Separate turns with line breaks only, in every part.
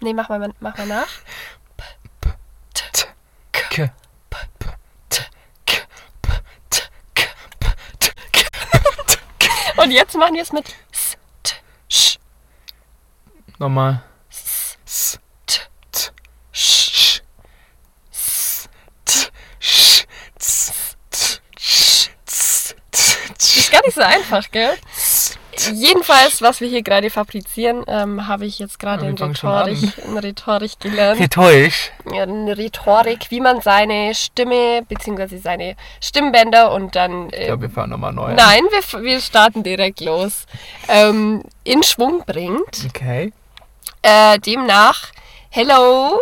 Nee, mach mal, mach mal nach.
K.
Und jetzt machen wir es mit S, T, Sch,
Nochmal.
S,
S.
T,
T. Sch. S. T. Sch. Z. T. Sch. Z. T.
Ist
Sch.
gar nicht so einfach, gell?
Z.
Jedenfalls, was wir hier gerade fabrizieren, ähm, habe ich jetzt gerade
Ja, wir
in
fangen schon
Rhetorik, in Rhetorik gelernt.
Rhetorisch.
Ja, in Rhetorik, wie man seine Stimme bzw. seine Stimmbänder und dann.
Ich
Äh,
glaube, wir fahren nochmal neu. an.
nein, wir, f- wir starten direkt los. Ähm, in Schwung bringt.
Okay.
Äh, demnach, hello,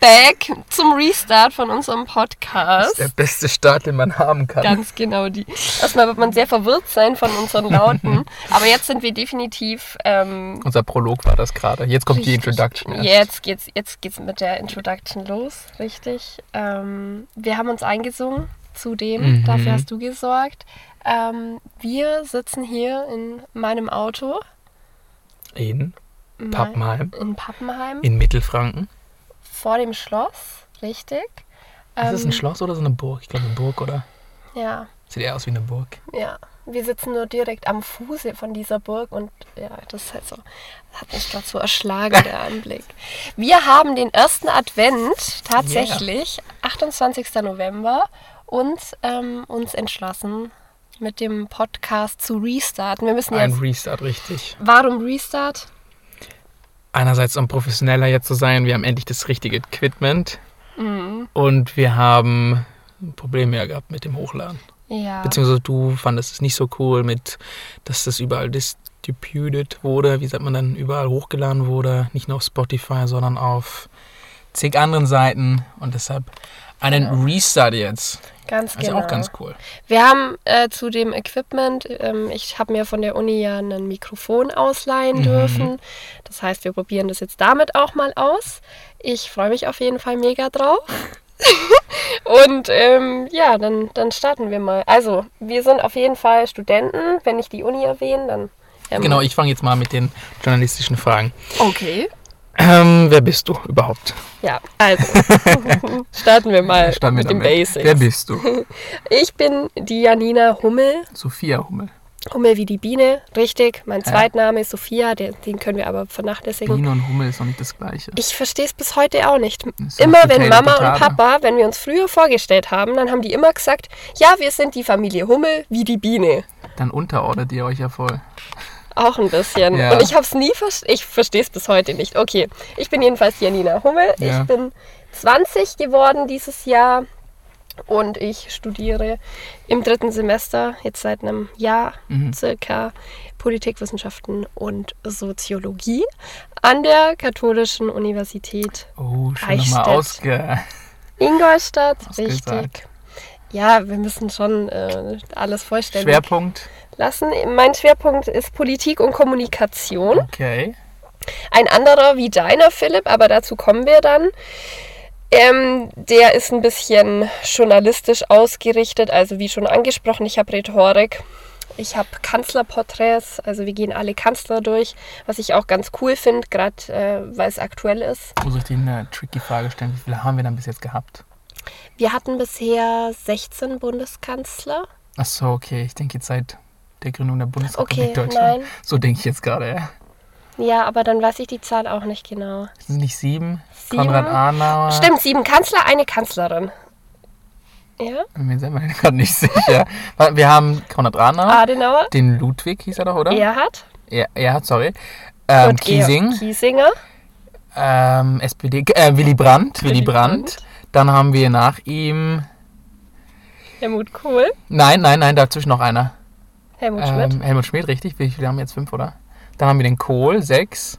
back zum Restart von unserem
Das ist
Podcast.
der beste Start, den man haben kann.
Ganz genau die. Erstmal wird man sehr verwirrt sein von unseren Lauten. Aber jetzt sind wir definitiv. Ähm,
Unser Prolog war das gerade. Jetzt kommt die
richtig-
Introduction. erst.
Jetzt geht's, jetzt geht's mit der Introduction los, richtig. Ähm, wir haben uns eingesungen zu dem,
Mhm.
dafür hast du gesorgt. Ähm, wir sitzen hier in meinem Auto.
In
mein-
Pappenheim,
In Pappenheim.
in Mittelfranken.
vor dem Schloss, richtig.
Ist das
Ähm,
ein Schloss oder so eine Burg? Ich glaube, eine Burg, oder?
Ja,
Sieht eher aus wie eine Burg.
ja. Wir sitzen nur direkt am Fuße von dieser Burg und ja, das ist halt so, hat mich gerade so erschlagen, der Anblick. Wir haben den ersten Advent tatsächlich, 28. November, und ähm, uns entschlossen, mit dem Podcast zu restarten. Wir müssen
Ein
jetzt.
Restart, richtig.
Warum Restart?
Einerseits, um professioneller jetzt zu sein, wir haben endlich das richtige Equipment.
Mhm.
Und wir haben Probleme ja gehabt mit dem Hochladen.
Ja.
Beziehungsweise du fandest es nicht so cool, mit, dass das überall distributed wurde, wie sagt man dann, überall hochgeladen wurde, nicht nur auf Spotify, sondern auf zig anderen Seiten und deshalb einen Restart jetzt.
Ganz
Das ist
genau.
ja also auch ganz cool.
Wir haben äh, zu dem Equipment, ähm, ich habe mir von der Uni ja ein Mikrofon ausleihen
Mhm.
dürfen. Das heißt, wir probieren das jetzt damit auch mal aus. Ich freue mich auf jeden Fall mega drauf. Und ähm, ja, dann, dann starten wir mal. Also, wir sind auf jeden Fall Studenten. Wenn ich die Uni erwähne, dann. ähm,
Genau, ich fange jetzt mal mit den journalistischen Fragen.
Okay.
Ähm, wer bist du überhaupt?
Ja, also starten wir mal
Starten
Äh,
wir
mit den
damit.
Basics.
Wer bist du?
ich bin die Janina Hummel.
Sophia Hummel.
Hummel wie die Biene, richtig. Mein Zweitname ist Sophia, den, den können wir aber vernachlässigen.
Biene und Hummel ist noch nicht das Gleiche.
Ich verstehe es bis heute auch nicht.
Ist
Immer
halt
wenn
Potato,
Mama und
Potato.
Papa, wenn wir uns früher vorgestellt haben, dann haben die immer gesagt, ja, wir sind die Familie Hummel wie die Biene.
Dann unterordnet ihr euch ja voll.
Auch ein bisschen.
Ja.
Und ich habe es nie verstanden. Ich verstehe es bis heute nicht. Okay, ich bin jedenfalls Janina Hummel.
Ja.
Ich bin 20 geworden dieses Jahr und ich studiere im dritten Semester, jetzt seit einem Jahr
Mhm.
circa, Politikwissenschaften und Soziologie an der Katholischen Universität
Oh, schon nochmal
Eichstätt.
ausge...
Ingolstadt.
Ausgesagt.
Richtig. Ja, wir müssen schon äh, alles vollständig
Schwerpunkt.
lassen. Mein Schwerpunkt ist Politik und Kommunikation.
Okay.
Ein anderer wie deiner, Philipp, aber dazu kommen wir dann. Ähm, der ist ein bisschen journalistisch ausgerichtet, also wie schon angesprochen, ich habe Rhetorik, ich habe Kanzlerporträts, also wir gehen alle Kanzler durch, was ich auch ganz cool finde, gerade äh, weil es aktuell ist.
Muss ich dir eine tricky Frage stellen? Wie viele haben wir dann bis jetzt gehabt?
Wir hatten bisher 16 Bundeskanzler.
Ach so, okay. Ich denke jetzt seit der Gründung der Bundesrepublik
Okay,
Deutschland.
nein.
So denke ich jetzt gerade, ja.
Ja, aber dann weiß ich die Zahl auch nicht genau.
Sind nicht sieben?
Sieben?
Konrad Adenauer.
Stimmt, sieben Kanzler, eine Kanzlerin. Ja?
Mir sind wir gerade nicht sicher. Warte, Wir haben Konrad Adenauer,
Adenauer,
den Ludwig hieß er doch, oder?
Erhard,
Ah. Ja, ja, sorry. Ähm,
und Georg
Kiesing,
Kiesinger.
ähm, SPD, äh, Willy Brandt, Willy
Willy
Brandt. Dann haben wir nach ihm.
Helmut Kohl.
Nein, nein, nein, dazwischen noch einer.
Helmut Schmidt.
Ähm, Helmut Schmidt, richtig. Wie viele haben wir jetzt? Fünf, oder? Dann haben wir den Kohl, sechs.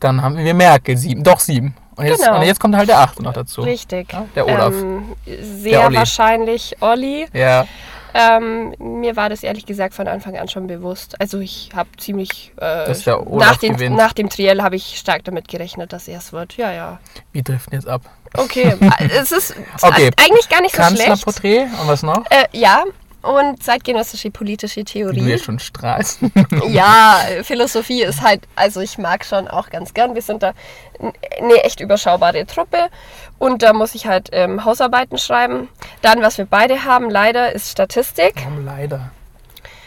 Dann haben wir Merkel, sieben. Doch, sieben. Und jetzt,
Genau.
und jetzt kommt halt der achte noch dazu.
Richtig.
Ja, der Olaf.
Ähm, sehr
Der Olli.
wahrscheinlich Olli.
Ja,
Ähm, mir war das ehrlich gesagt von Anfang an schon bewusst. Also ich habe ziemlich äh,
Dass der Olaf
nach, dem,
gewinnt.
nach dem Triell habe ich stark damit gerechnet, dass er es wird. Ja, ja.
wir driften jetzt ab.
Okay. es ist
Okay.
eigentlich gar nicht so schlecht.
Kanzlerporträt und was noch?
Äh, ja, und zeitgenössische politische
Du
Theorie.
ja schon strahlst.
Ja, Philosophie ist halt, also ich mag schon auch ganz gern. Wir sind da n- eine echt überschaubare Truppe und da muss ich halt ähm, Hausarbeiten schreiben. Dann, was wir beide haben, leider, ist Statistik.
Warum leider?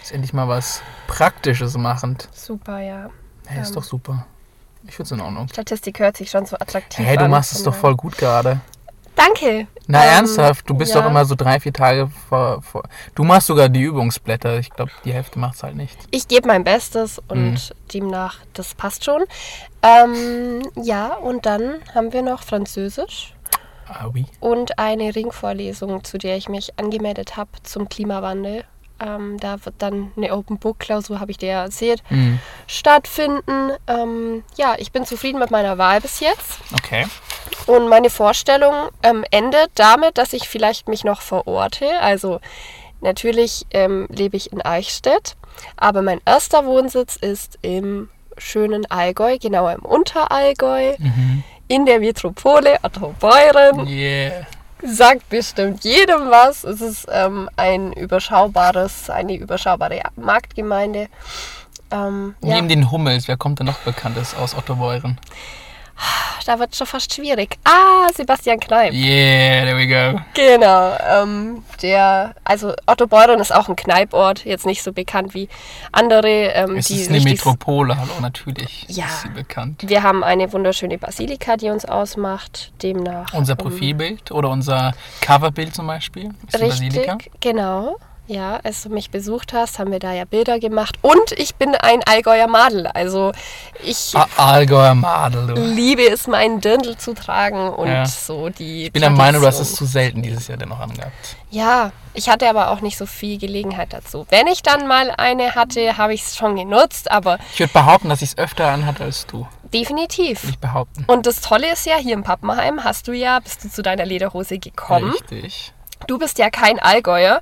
Ist endlich mal was Praktisches machend.
Super, ja.
Hey, ist
Ähm.
doch super. Ich find's in Ordnung.
Statistik hört sich schon so attraktiv
Hey,
an.
du machst es doch voll gut gerade.
Danke.
Na
Ähm,
ernsthaft, du bist
ja.
doch immer so drei, vier Tage vor, vor. Du machst sogar die Übungsblätter. Ich glaube, die Hälfte macht's halt nicht.
Ich gebe mein Bestes und
Mhm.
demnach, das passt schon. Ähm, ja, und dann haben wir noch Französisch.
Ah, oui.
und eine Ringvorlesung, zu der ich mich angemeldet habe zum Klimawandel. Ähm, da wird dann eine Open Book Klausur, habe ich dir ja erzählt,
Mhm.
stattfinden. Ähm, ja, ich bin zufrieden mit meiner Wahl bis jetzt
Okay.
und meine Vorstellung ähm, endet damit, dass ich vielleicht mich noch verorte. Also natürlich ähm, lebe ich in Eichstätt, aber mein erster Wohnsitz ist im schönen Allgäu, genauer im Unterallgäu,
Mhm.
in der Metropole Ottobeuren.
Yeah.
Sagt bestimmt jedem was. Es ist ähm, ein überschaubares, eine überschaubare Marktgemeinde. Ähm, ja,
Neben den Hummels, wer kommt denn noch Bekanntes aus Ottobeuren?
da wird schon fast schwierig. Ah, Sebastian Kneip.
Yeah, there we go.
Genau. Ähm, der, also Otto Beuren ist auch ein Kneiport, jetzt nicht so bekannt wie andere. Ähm,
Es
die
ist eine
richtig-
Metropole, hallo, natürlich.
Ja.
Ist sie bekannt.
Wir haben eine wunderschöne Basilika, die uns ausmacht. Demnach.
Unser
ähm,
Profilbild oder unser Coverbild zum Beispiel ist die
Richtig,
Basilika.
genau. Ja, als du mich besucht hast, haben wir da ja Bilder gemacht. Und ich bin ein Allgäuer Madel. Also ich
Ah, Allgäuer Madel, du.
liebe es, meinen Dirndl zu tragen und
Ja.
so die.
Ich bin der Meinung, du hast es
Tradition.
zu selten dieses Jahr dennoch angehabt.
Ja, ich hatte aber auch nicht so viel Gelegenheit dazu. Wenn ich dann mal eine hatte, habe ich es schon genutzt, aber
Ich würde behaupten, dass ich es öfter anhatte als du. Würde
definitiv.
ich behaupten.
Und das Tolle ist ja, hier im Pappenheim hast du ja, bist du zu deiner Lederhose gekommen.
Richtig.
Du bist ja kein Allgäuer,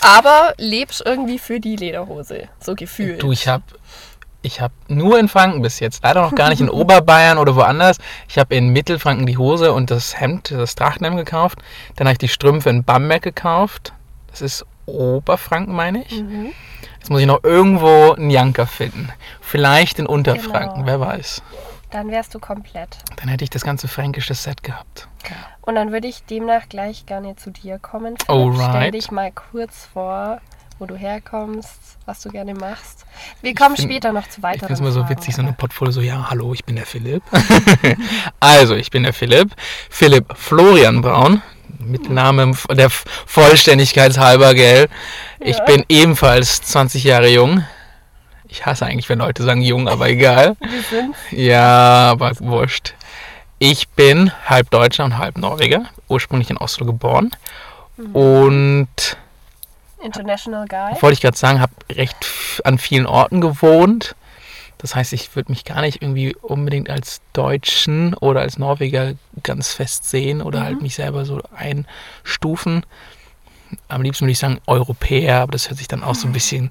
aber lebst irgendwie für die Lederhose. So gefühlt.
Du, ich habe ich hab nur in Franken bis jetzt, leider noch gar nicht in Oberbayern oder woanders. Ich habe in Mittelfranken die Hose und das Hemd, das Trachtenhemd gekauft. Dann habe ich die Strümpfe in Bamberg gekauft. Das ist Oberfranken, meine ich. Jetzt muss ich noch irgendwo einen Janker finden. Vielleicht in Unterfranken,
Genau.
wer weiß.
Dann wärst du komplett.
Dann hätte ich das ganze fränkische Set gehabt.
Und dann würde ich demnach gleich gerne zu dir kommen. Philipp.
Alright.
Stell dich mal kurz vor, wo du herkommst, was du gerne machst. Wir kommen
bin-
später noch zu
Ich
weiteren
finde es immer so
Fragen,
witzig, so
aber-
eine Portfolio, so, ja, hallo, ich bin der Philipp. also, ich bin der Philipp. Philipp Florian Braun, mit Namen f- der F- Vollständigkeit halber, gell? Ich
Ja.
bin ebenfalls 20 Jahre jung. Ich hasse eigentlich, wenn Leute sagen jung, aber egal.
Wir sind
Ja, aber wurscht. Ich bin halb Deutscher und halb Norweger, ursprünglich in Oslo geboren. Und
International Guy.
wollte ich gerade sagen, habe recht f- an vielen Orten gewohnt. Das heißt, ich würde mich gar nicht irgendwie unbedingt als Deutschen oder als Norweger ganz fest sehen oder halt
Mhm.
mich selber so einstufen. Am liebsten würde ich sagen Europäer, aber das hört sich dann auch
Ah,
so ein bisschen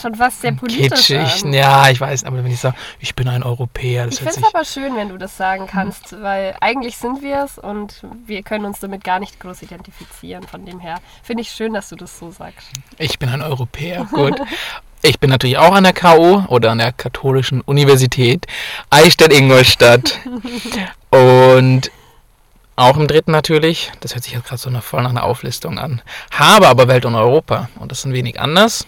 Schon fast sehr politisch.
kitschig.
an.
Ja, ich weiß, aber wenn ich sage, ich bin ein Europäer, das
Ich finde
hört sich. Mhm.
es aber schön, wenn du das sagen kannst, weil eigentlich sind wir es und wir können uns damit gar nicht groß identifizieren. Von dem her finde ich schön, dass du das so sagst.
Ich bin ein Europäer, gut. Ich bin natürlich auch an der KU oder an der Katholischen Universität Eichstätt-Ingolstadt. Und auch im dritten natürlich, das hört sich jetzt gerade so nach, voll nach einer Auflistung an, habe aber Welt und Europa. Und das ist ein wenig anders.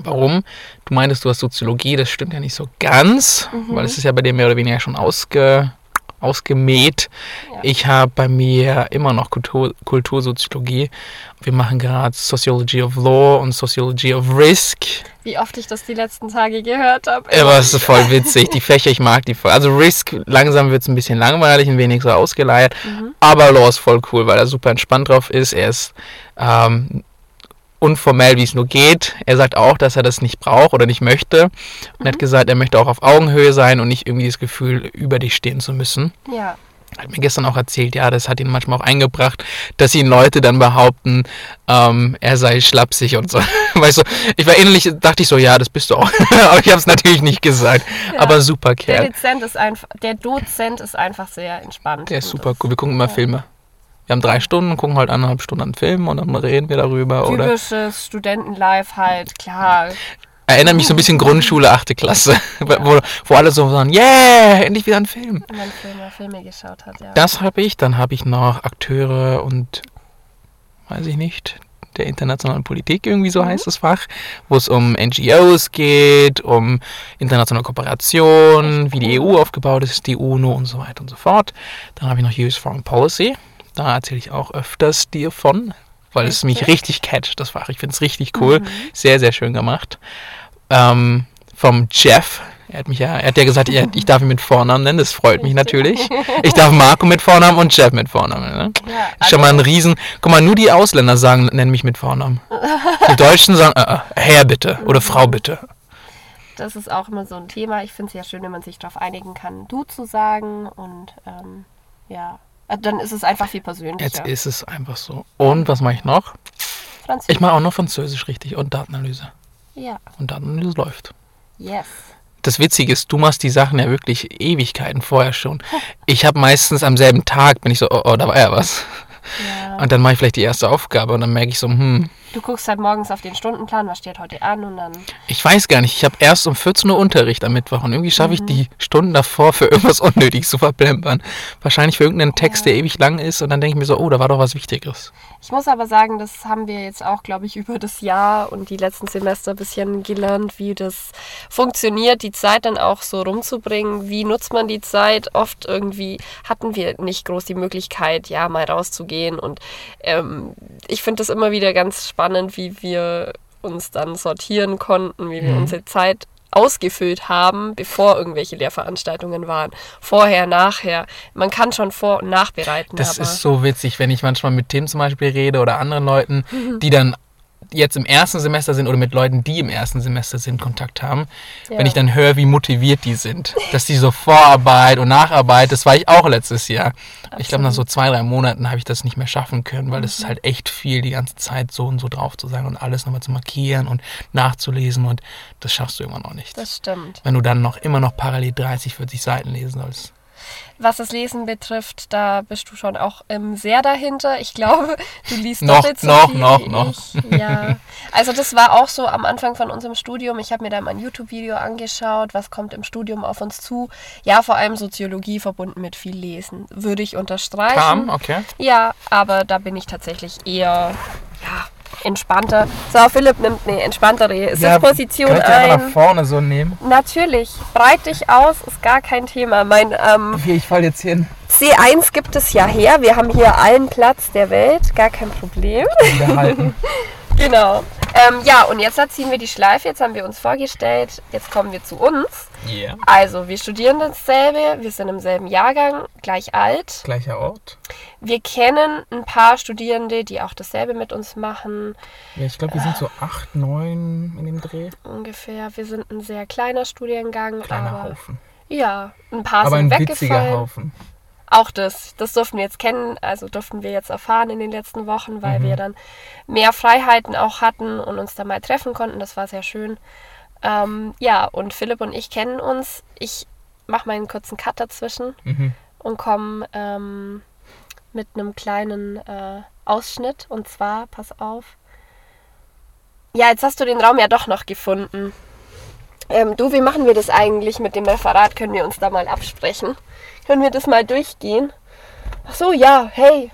Warum? Du meintest, du hast Soziologie, das stimmt ja nicht so ganz, weil es ist ja bei dir mehr oder weniger schon ausge, ausgemäht.
Ja.
Ich habe bei mir immer noch Kultur, Kultursoziologie. Wir machen gerade Sociology of Law und Sociology of Risk.
Wie oft ich das die letzten Tage gehört habe.
Ja, Aber es ist voll witzig. Die Fächer, ich mag die voll. Also Risk, langsam wird es ein bisschen langweilig, ein wenig so ausgeleiert. Aber Law ist voll cool, weil er super entspannt drauf ist. Er ist ähm, unformell, wie es nur geht. Er sagt auch, dass er das nicht braucht oder nicht möchte. Und hat gesagt, er möchte auch auf Augenhöhe sein und nicht irgendwie das Gefühl, über dich stehen zu müssen.
Ja.
Hat mir gestern auch erzählt, ja, das hat ihn manchmal auch eingebracht, dass ihn Leute dann behaupten, ähm, er sei schlapsig und so. Weißt du, ich war innerlich, dachte ich so, ja, das bist du auch. Aber ich habe es natürlich nicht gesagt.
Ja.
Aber super
Der
Kerl.
Dozent ist einfach, der Dozent ist einfach sehr entspannt.
Der ist
Und
super cool. Wir gucken immer Filme. Wir haben drei Stunden, gucken halt eineinhalb Stunden einen Film und dann reden wir darüber. Oder
Typisches Studentenlife halt, klar.
erinnert mich so ein bisschen Grundschule, achte Klasse, wo, wo alle so sagen, yeah, endlich wieder ein Film.
Wenn man Filme, Filme geschaut hat, ja.
Das habe ich, dann habe ich noch Akteure und weiß ich nicht, der internationalen Politik irgendwie so heißt das Fach, wo es um NGOs geht, um internationale Kooperation, wie die EU aufgebaut ist, die UNO und so weiter und so fort. Dann habe ich noch US Foreign Policy, da erzähle ich auch öfters dir von, weil es mich richtig catcht, das Fach. Ich finde es richtig cool, sehr, sehr schön gemacht. Ähm, vom Jeff. Er hat mich ja, er hat ja gesagt, er- ich darf ihn mit Vornamen nennen, das freut mich natürlich. Ich darf Marco mit Vornamen und Jeff mit Vornamen. Ne?
ja also
Ist schon mal ein Riesen. Guck mal, nur die Ausländer sagen, nennen mich mit Vornamen. Die Deutschen sagen, äh, äh, Herr bitte oder Frau bitte.
Das ist auch immer so ein Thema. Ich finde es ja schön, wenn man sich darauf einigen kann, du zu sagen und ähm, ja, Also dann ist es einfach viel
Jetzt
persönlicher.
ist es einfach so. Und was mache ich noch?
Französisch.
Ich mache auch noch Französisch richtig und Datenanalyse.
ja,
Und Datenanalyse läuft.
yes.
Das Witzige ist, du machst die Sachen ja wirklich Ewigkeiten vorher schon. Ich habe meistens am selben Tag, bin ich so, oh, oh da war ja was.
Ja.
Und dann mache ich vielleicht die erste Aufgabe und dann merke ich so, hm,
Du guckst halt morgens auf den Stundenplan, was steht heute an und dann
ich weiß gar nicht, ich habe erst um 14 Uhr Unterricht am Mittwoch und irgendwie schaffe ich die Stunden davor für irgendwas Unnötiges zu verplempern. Wahrscheinlich für irgendeinen Text, der ewig lang ist und dann denke ich mir so, oh, da war doch was Wichtiges.
Ich muss aber sagen, das haben wir jetzt auch, glaube ich, über das Jahr und die letzten Semester ein bisschen gelernt, wie das funktioniert, die Zeit dann auch so rumzubringen. Wie nutzt man die Zeit? Oft irgendwie hatten wir nicht groß die Möglichkeit, ja, mal rauszugehen. Und ähm, ich finde das immer wieder ganz spannend, wie wir uns dann sortieren konnten, wie wir
Mhm.
unsere Zeit ausgefüllt haben, bevor irgendwelche Lehrveranstaltungen waren. Vorher, nachher. Man kann schon vor- und nachbereiten.
Das
aber
ist so witzig, wenn ich manchmal mit Tim zum Beispiel rede oder anderen Leuten,
Mhm.
die dann jetzt im ersten Semester sind oder mit Leuten, die im ersten Semester sind, Kontakt haben.
Ja.
Wenn ich dann höre, wie motiviert die sind, dass die so Vorarbeit und Nacharbeit, das war ich auch letztes Jahr. Ich glaube, nach so zwei, drei Monaten habe ich das nicht mehr schaffen können, weil
Mhm.
es ist halt echt viel, die ganze Zeit so und so drauf zu sein und alles nochmal zu markieren und nachzulesen und das schaffst du immer noch nicht.
das stimmt.
Wenn du dann noch immer noch parallel 30, 40 Seiten lesen sollst.
Was das Lesen betrifft, da bist du schon auch ähm, sehr dahinter. Ich glaube, du liest
Noch,
doppelt so
noch,
viel
noch,
wie
noch.
Ich. Ja. Also das war auch so am Anfang von unserem Studium. Ich habe mir da mal ein YouTube-Video angeschaut, was kommt im Studium auf uns zu. Ja, vor allem Soziologie verbunden mit viel Lesen, würde ich unterstreichen.
Kam, okay.
Ja, aber da bin ich tatsächlich eher ja, entspannter. So, Philipp nimmt eine entspanntere Sitzposition
könnt ihr einfach
ein.
vorne so nehmen.
Natürlich, breit dich aus, ist gar kein Thema. Mein ähm,
Hier, ich falle jetzt hin.
C1 gibt es ja her. Wir haben hier allen Platz der Welt, gar kein Problem.
Wieder halten.
Genau. Ähm, ja, und jetzt ziehen wir die Schleife. Jetzt haben wir uns vorgestellt. Jetzt kommen wir zu uns.
Yeah.
Also, wir studieren dasselbe. Wir sind im selben Jahrgang, gleich alt.
Gleicher Ort.
Wir kennen ein paar Studierende, die auch dasselbe mit uns machen.
Ja, ich glaube, wir sind so 8, 9 in dem Dreh.
Ungefähr. Wir sind ein sehr kleiner Studiengang.
Kleiner
aber,
Haufen.
Ja, ein paar
Aber
sind
ein witziger
weggefallen.
Haufen.
auch das, das durften wir jetzt kennen, also durften wir jetzt erfahren in den letzten Wochen, weil wir dann mehr Freiheiten auch hatten und uns da mal treffen konnten. Das war sehr schön. Ähm, ja, und Philipp und ich kennen uns. Ich mache meinen kurzen Cut dazwischen
Mhm.
und komme ähm, mit einem kleinen äh, Ausschnitt. Und zwar, pass auf. Ja, jetzt hast du den Raum ja doch noch gefunden. Ähm, du, wie machen wir das eigentlich mit dem Referat? Können wir uns da mal absprechen? Können wir das mal durchgehen? Ach so, ja, hey.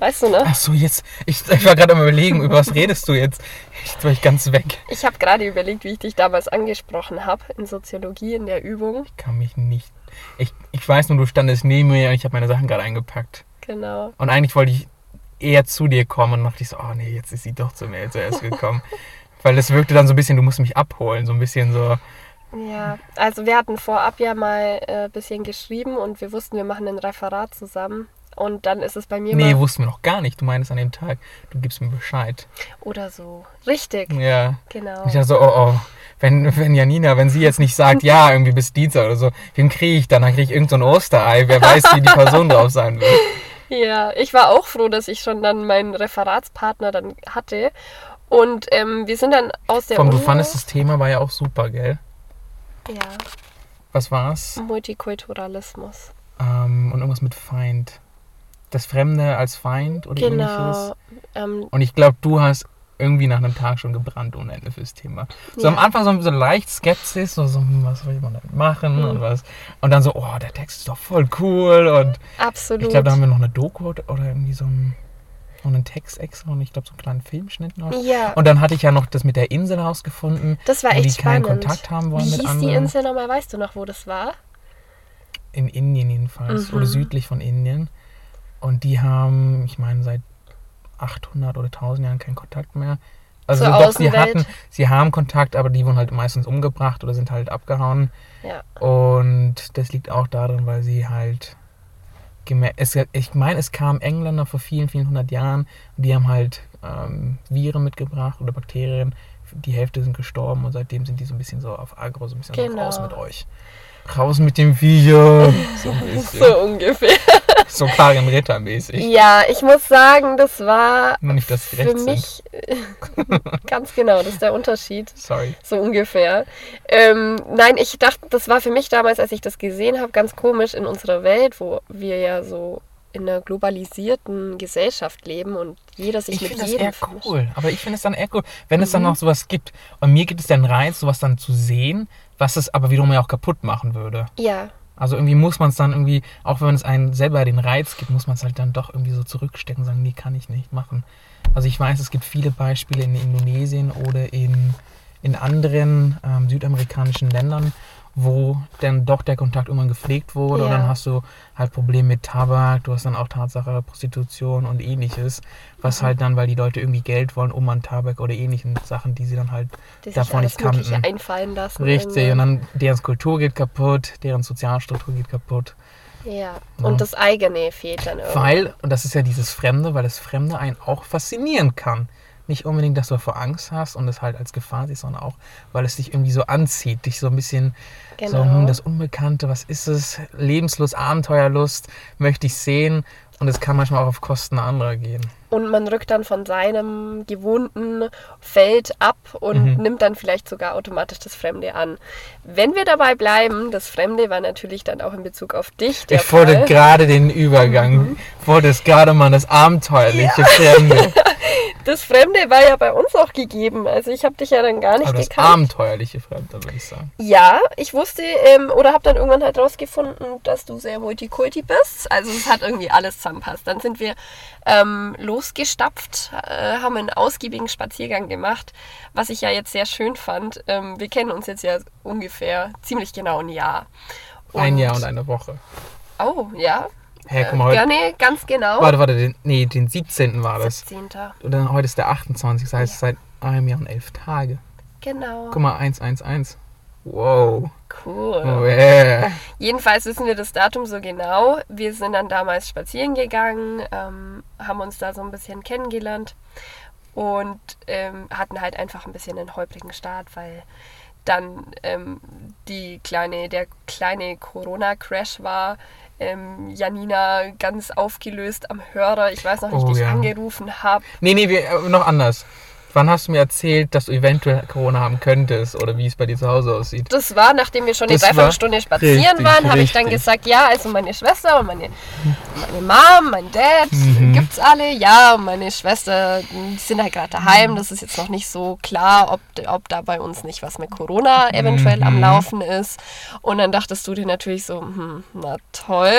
Weißt du, ne?
Ach so, jetzt. Ich, ich war gerade am Überlegen, über was redest du jetzt? Jetzt war ich ganz weg.
Ich habe gerade überlegt, wie ich dich damals angesprochen habe in Soziologie, in der Übung.
Kann mich nicht. Ich, ich weiß nur, du standest neben mir und ich habe meine Sachen gerade eingepackt.
Genau.
Und eigentlich wollte ich eher zu dir kommen und dachte ich so, oh nee, jetzt ist sie doch zu mir zuerst gekommen. Weil das wirkte dann so ein bisschen, du musst mich abholen, so ein bisschen so.
Ja, also wir hatten vorab ja mal äh, ein bisschen geschrieben und wir wussten, wir machen ein Referat zusammen. Und dann ist es bei mir
Nee,
mal
wussten wir noch gar nicht. Du meinst an dem Tag, du gibst mir Bescheid.
oder so. Richtig,
Ja.
genau.
Und ich dachte so, oh oh, wenn, wenn Janina, wenn sie jetzt nicht sagt, ja, irgendwie bis Dienstag oder so, wen kriege ich dann? Dann kriege ich irgendein so ein Osterei. Wer weiß, wie die Person drauf sein wird.
Ja, ich war auch froh, dass ich schon dann meinen Referatspartner dann hatte. Und ähm, wir sind dann aus der
Vom, du
Uni-
fandest das Thema war ja auch super, gell?
ja,
Was war's?
Multikulturalismus.
Ähm, und irgendwas mit Feind. das Fremde als Feind oder ähnliches.
Genau. Ähm,
Und ich glaube, du hast irgendwie nach einem Tag schon gebrannt ohne Ende fürs Thema. So
Ja.
am Anfang so, so leicht Skepsis, so, so hm, was will man damit machen
Mhm.
und was. Und dann so, oh, der Text ist doch voll cool. Und
absolut.
ich glaube, da haben wir noch eine Doku oder oder irgendwie so einen, noch einen Text extra und ich glaube, so einen kleinen Filmschnitt noch.
ja,
Und dann hatte ich ja noch das mit der Insel rausgefunden,
das Mhm. war
wo die
echt
keinen
spannend.
Kontakt haben
Wie
wollen mit
hieß
anderen.
die Insel nochmal? Weißt du noch, wo das war?
in Indien jedenfalls
Mhm.
oder südlich von Indien. Und die haben, ich meine, seit 800 oder 1000 Jahren keinen Kontakt mehr. Also
Zur
doch, sie
Außenwelt.
hatten, sie haben Kontakt, aber die wurden halt meistens umgebracht oder sind halt abgehauen.
Ja.
Und das liegt auch daran, weil sie halt gemerkt, es, ich meine, es kamen Engländer vor vielen, vielen hundert Jahren, und die haben halt ähm, Viren mitgebracht oder Bakterien. Die Hälfte sind gestorben und seitdem sind die so ein bisschen so auf Agro, so ein bisschen so
Genau.
raus mit euch. Raus mit dem Viecher! So ein bisschen.
So ungefähr.
So Karin Ritter-mäßig.
Ja, ich muss sagen, das war
Nur nicht, dass sie
für
recht sind.
mich ganz genau, das ist der Unterschied.
Sorry.
So ungefähr. Ähm, nein, ich dachte, das war für mich damals, als ich das gesehen habe, ganz komisch in unserer Welt, wo wir ja so in einer globalisierten Gesellschaft leben und jeder sich
Ich
mit
finde das
jedem
eher
vermischt.
cool. Aber ich finde es dann eher cool, wenn es dann noch sowas gibt. Und mir gibt es den Reiz, sowas dann zu sehen, was es aber wiederum ja auch kaputt machen würde.
Ja,
Also irgendwie muss man es dann irgendwie, auch wenn es einem selber den Reiz gibt, muss man es halt dann doch irgendwie so zurückstecken und sagen, nee, kann ich nicht machen. Also ich weiß, es gibt viele Beispiele in Indonesien oder in, in anderen ähm, südamerikanischen Ländern, wo dann doch der Kontakt irgendwann gepflegt wurde und
Ja.
dann hast du halt Probleme mit Tabak, du hast dann auch Tatsache Prostitution und ähnliches, was
Mhm.
halt dann, weil die Leute irgendwie Geld wollen, um an Tabak oder ähnlichen Sachen, die sie dann halt
die sich
davon
alles
nicht kannten.
Mögliche einfallen lassen.
Richtig, und
irgendwann.
dann deren Kultur geht kaputt, deren Sozialstruktur geht kaputt.
Ja,
Ja.
und das eigene fehlt dann irgendwie.
Weil, und das ist ja dieses Fremde, weil das Fremde einen auch faszinieren kann. Nicht unbedingt, dass du vor Angst hast und es halt als Gefahr siehst, sondern auch, weil es dich irgendwie so anzieht, dich so ein bisschen so,
Genau.
hm, das Unbekannte, was ist es? Lebenslust, Abenteuerlust, möchte ich sehen. Und es kann manchmal auch auf Kosten anderer gehen.
Und man rückt dann von seinem gewohnten Feld ab
Mhm.
und nimmt dann vielleicht sogar automatisch das Fremde an. Wenn wir dabei bleiben, das Fremde war natürlich dann auch in Bezug auf dich der
ich wollte
Fall.
gerade den Übergang, wollte es gerade mal das abenteuerliche Fremde.
Das Fremde war ja bei uns auch gegeben. Also ich habe dich ja dann gar nicht
Aber das
gekannt.
abenteuerliche Fremde, würde ich sagen.
Ja, ich wusste ähm, oder habe dann irgendwann halt rausgefunden, dass du sehr multikulti bist. Also es hat irgendwie alles zusammenpasst. Dann sind wir ähm, losgestapft, äh, haben einen ausgiebigen Spaziergang gemacht, was ich ja jetzt sehr schön fand. Ähm, wir kennen uns jetzt ja ungefähr ziemlich genau ein Jahr.
Ein Jahr und eine Woche.
Oh, ja.
Hey, guck mal, heute,
Ja, nee, ganz genau.
warte, warte, den, nee, den 17. war das.
17.
Und dann heute ist der 28, das heißt seit einem Jahr und elf Tage.
Genau.
Guck mal, 111. Wow. Oh,
Cool.
Wow.
Jedenfalls wissen wir das Datum so genau. Wir sind dann damals spazieren gegangen, ähm, haben uns da so ein bisschen kennengelernt und ähm, hatten halt einfach ein bisschen einen holprigen Start, weil dann ähm, die kleine, der kleine Corona-Crash war. Ähm, Janina ganz aufgelöst am Hörer. Ich weiß noch nicht,
Oh
wie ich
ja.
angerufen habe.
Nee, nee, wir, äh, noch anders. Wann hast du mir erzählt, dass du eventuell Corona haben könntest oder wie es bei dir zu Hause aussieht?
Das war, nachdem wir schon eine
Das war
Dreiviertelstunde spazieren
richtig,
waren, habe ich dann
richtig.
gesagt, ja, also meine Schwester und meine, meine Mom, mein Dad,
Mhm.
gibt's alle, ja, und meine Schwester, die sind halt gerade daheim, das ist jetzt noch nicht so klar, ob, ob da bei uns nicht was mit Corona eventuell
Mhm.
am Laufen ist. Und dann dachtest du dir natürlich so, hm, na toll,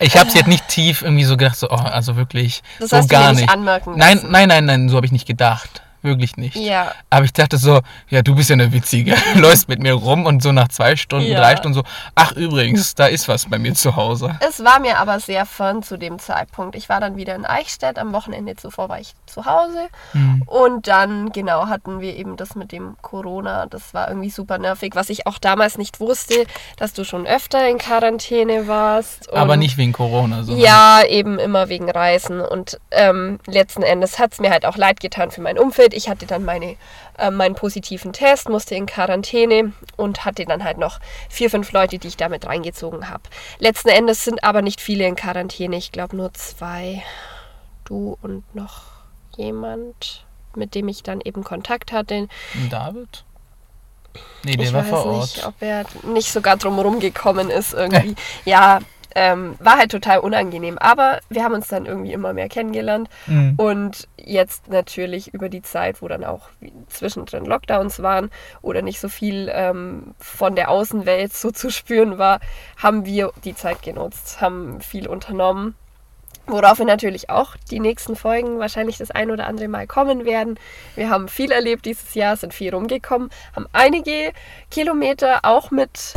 Ich habe es jetzt nicht tief irgendwie so gedacht, so, oh, also wirklich,
Das
so
hast du
gar
mir nicht
nicht.
anmerken
Nein,
lassen.
nein, nein, nein, so habe ich nicht gedacht. Wirklich nicht.
Ja.
Aber ich dachte so, ja, du bist ja eine Witzige, läufst mit mir rum und so nach zwei Stunden,
Ja.
drei Stunden so, ach übrigens, da ist was bei mir zu Hause.
Es war mir aber sehr fern zu dem Zeitpunkt. Ich war dann wieder in Eichstätt. Am Wochenende zuvor war ich zu Hause. Und dann, genau, hatten wir eben das mit dem Corona. Das war irgendwie super nervig, was ich auch damals nicht wusste, dass du schon öfter in Quarantäne warst. Und
Aber nicht wegen Corona, sondern
Ja, eben immer wegen Reisen. Und ähm, letzten Endes hat es mir halt auch leid getan für mein Umfeld. Ich hatte dann meine, äh, meinen positiven Test, musste in Quarantäne und hatte dann halt noch vier, fünf Leute, die ich damit reingezogen habe. Letzten Endes sind aber nicht viele in Quarantäne. Ich glaube nur zwei. Du und noch jemand, mit dem ich dann eben Kontakt hatte.
David? Nee, der
Ich
war
weiß
vor
nicht,
Ort.
ob er nicht sogar drumherum gekommen ist irgendwie. ja, Ähm, war halt total unangenehm, aber wir haben uns dann irgendwie immer mehr kennengelernt.
Mhm.
Und jetzt natürlich über die Zeit, wo dann auch wie- zwischendrin Lockdowns waren oder nicht so viel ähm, von der Außenwelt so zu spüren war, haben wir die Zeit genutzt, haben viel unternommen. Worauf wir natürlich auch die nächsten Folgen wahrscheinlich das ein oder andere Mal kommen werden. Wir haben viel erlebt dieses Jahr, sind viel rumgekommen, haben einige Kilometer auch mit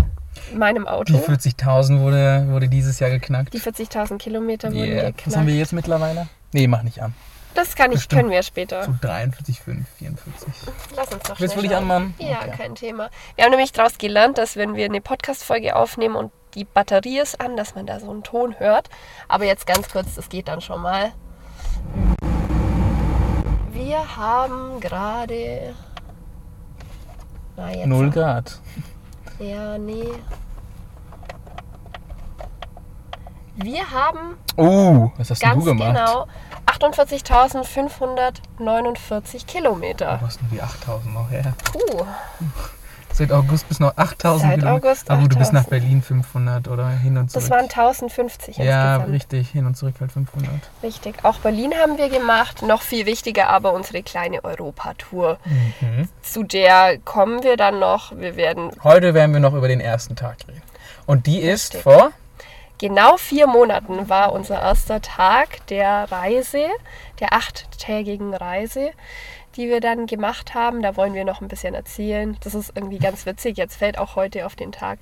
meinem
Die
Auto.
40.000 wurde, wurde dieses Jahr geknackt.
Die 40.000 Kilometer wurden
Yeah. Was haben wir
geknackt.
jetzt mittlerweile? Nee, mach nicht an.
Das kann ich,
Bestimmt.
können wir später.
So 43, 5, 44.
Lass uns doch
Willst du
schnell
dich
schauen.
anmachen?
Ja,
Okay.
kein Thema. Wir haben nämlich daraus gelernt, dass wenn wir eine Podcast-Folge aufnehmen und die Batterie ist an, dass man da so einen Ton hört. Aber jetzt ganz kurz, das geht dann schon mal. Wir haben gerade... Na, jetzt-
Null Grad.
Ja, nee. Wir haben
Oh, was hast denn
ganz
du gemacht?
genau 48.549
Du
Kilometer.
hast nur Oh, die 8.000 noch, ja.
Puh.
Seit August bis noch 8.000
Seit
Kilometer.
August
Aber du bist
8.000.
nach Berlin 500 oder hin und zurück.
Das waren 1050
Ja,
insgesamt.
richtig. Hin und zurück halt 500.
Richtig. Auch Berlin haben wir gemacht. Noch viel wichtiger aber unsere kleine Europatour.
Mhm.
Zu der kommen wir dann noch. Wir werden
Heute werden wir noch über den ersten Tag reden. Und die ist
Richtig.
vor
genau vier Monaten war unser erster Tag der Reise, der achttägigen Reise, die wir dann gemacht haben. Da wollen wir noch ein bisschen erzählen. Das ist irgendwie ganz witzig. Jetzt fällt auch heute auf den Tag.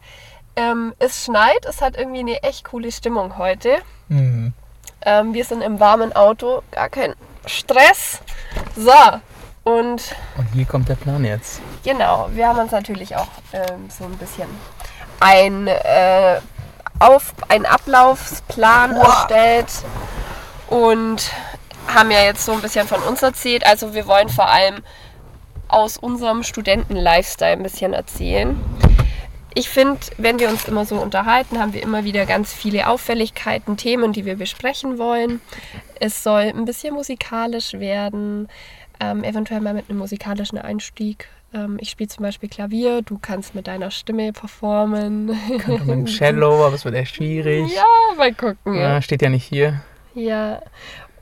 Ähm, es schneit. Es hat irgendwie eine echt coole Stimmung heute.
Mhm.
Ähm, wir sind im warmen Auto, gar kein Stress. So, und
Und hier kommt der Plan jetzt.
genau, wir haben uns natürlich auch ähm, so ein bisschen ein, äh, auf, einen Ablaufsplan erstellt und haben ja jetzt so ein bisschen von uns erzählt. Also wir wollen vor allem aus unserem Studenten-Lifestyle ein bisschen erzählen. Ich finde, wenn wir uns immer so unterhalten, haben wir immer wieder ganz viele Auffälligkeiten, Themen, die wir besprechen wollen. Es soll ein bisschen musikalisch werden, ähm, eventuell mal mit einem musikalischen Einstieg. Ähm, ich spiele zum Beispiel Klavier, du kannst mit deiner Stimme performen.
Könnte mit dem Cello, aber es wird echt schwierig.
ja, mal gucken.
Ja, steht ja nicht hier.
Ja,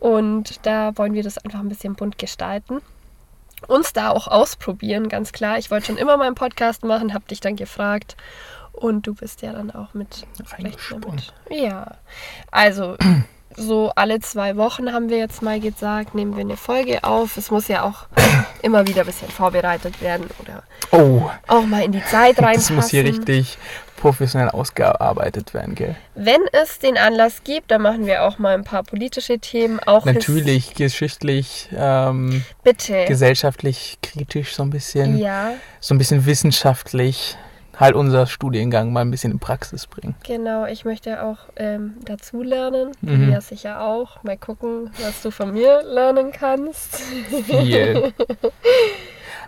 und da wollen wir das einfach ein bisschen bunt gestalten. Uns da auch ausprobieren, ganz klar. Ich wollte schon immer mal einen Podcast machen, habe dich dann gefragt. Und du bist ja dann auch mit. vielleicht mal
Reingesprungen.
mit- Ja, also so alle zwei Wochen haben wir jetzt mal gesagt, nehmen wir eine Folge auf. Es muss ja auch immer wieder ein bisschen vorbereitet werden oder
Oh,
auch mal in die Zeit reinpassen.
das muss hier richtig professionell ausgearbeitet werden, gell?
Wenn es den Anlass gibt, dann machen wir auch mal ein paar politische Themen. Auch his-
Natürlich geschichtlich, ähm,
Bitte.
gesellschaftlich kritisch so ein bisschen,
Ja,
so ein bisschen wissenschaftlich halt unser Studiengang mal ein bisschen in Praxis bringen.
genau. Ich möchte auch ähm, dazulernen.
Mhm.
Ja, sicher auch. Mal gucken, was du von mir lernen kannst.
Viel.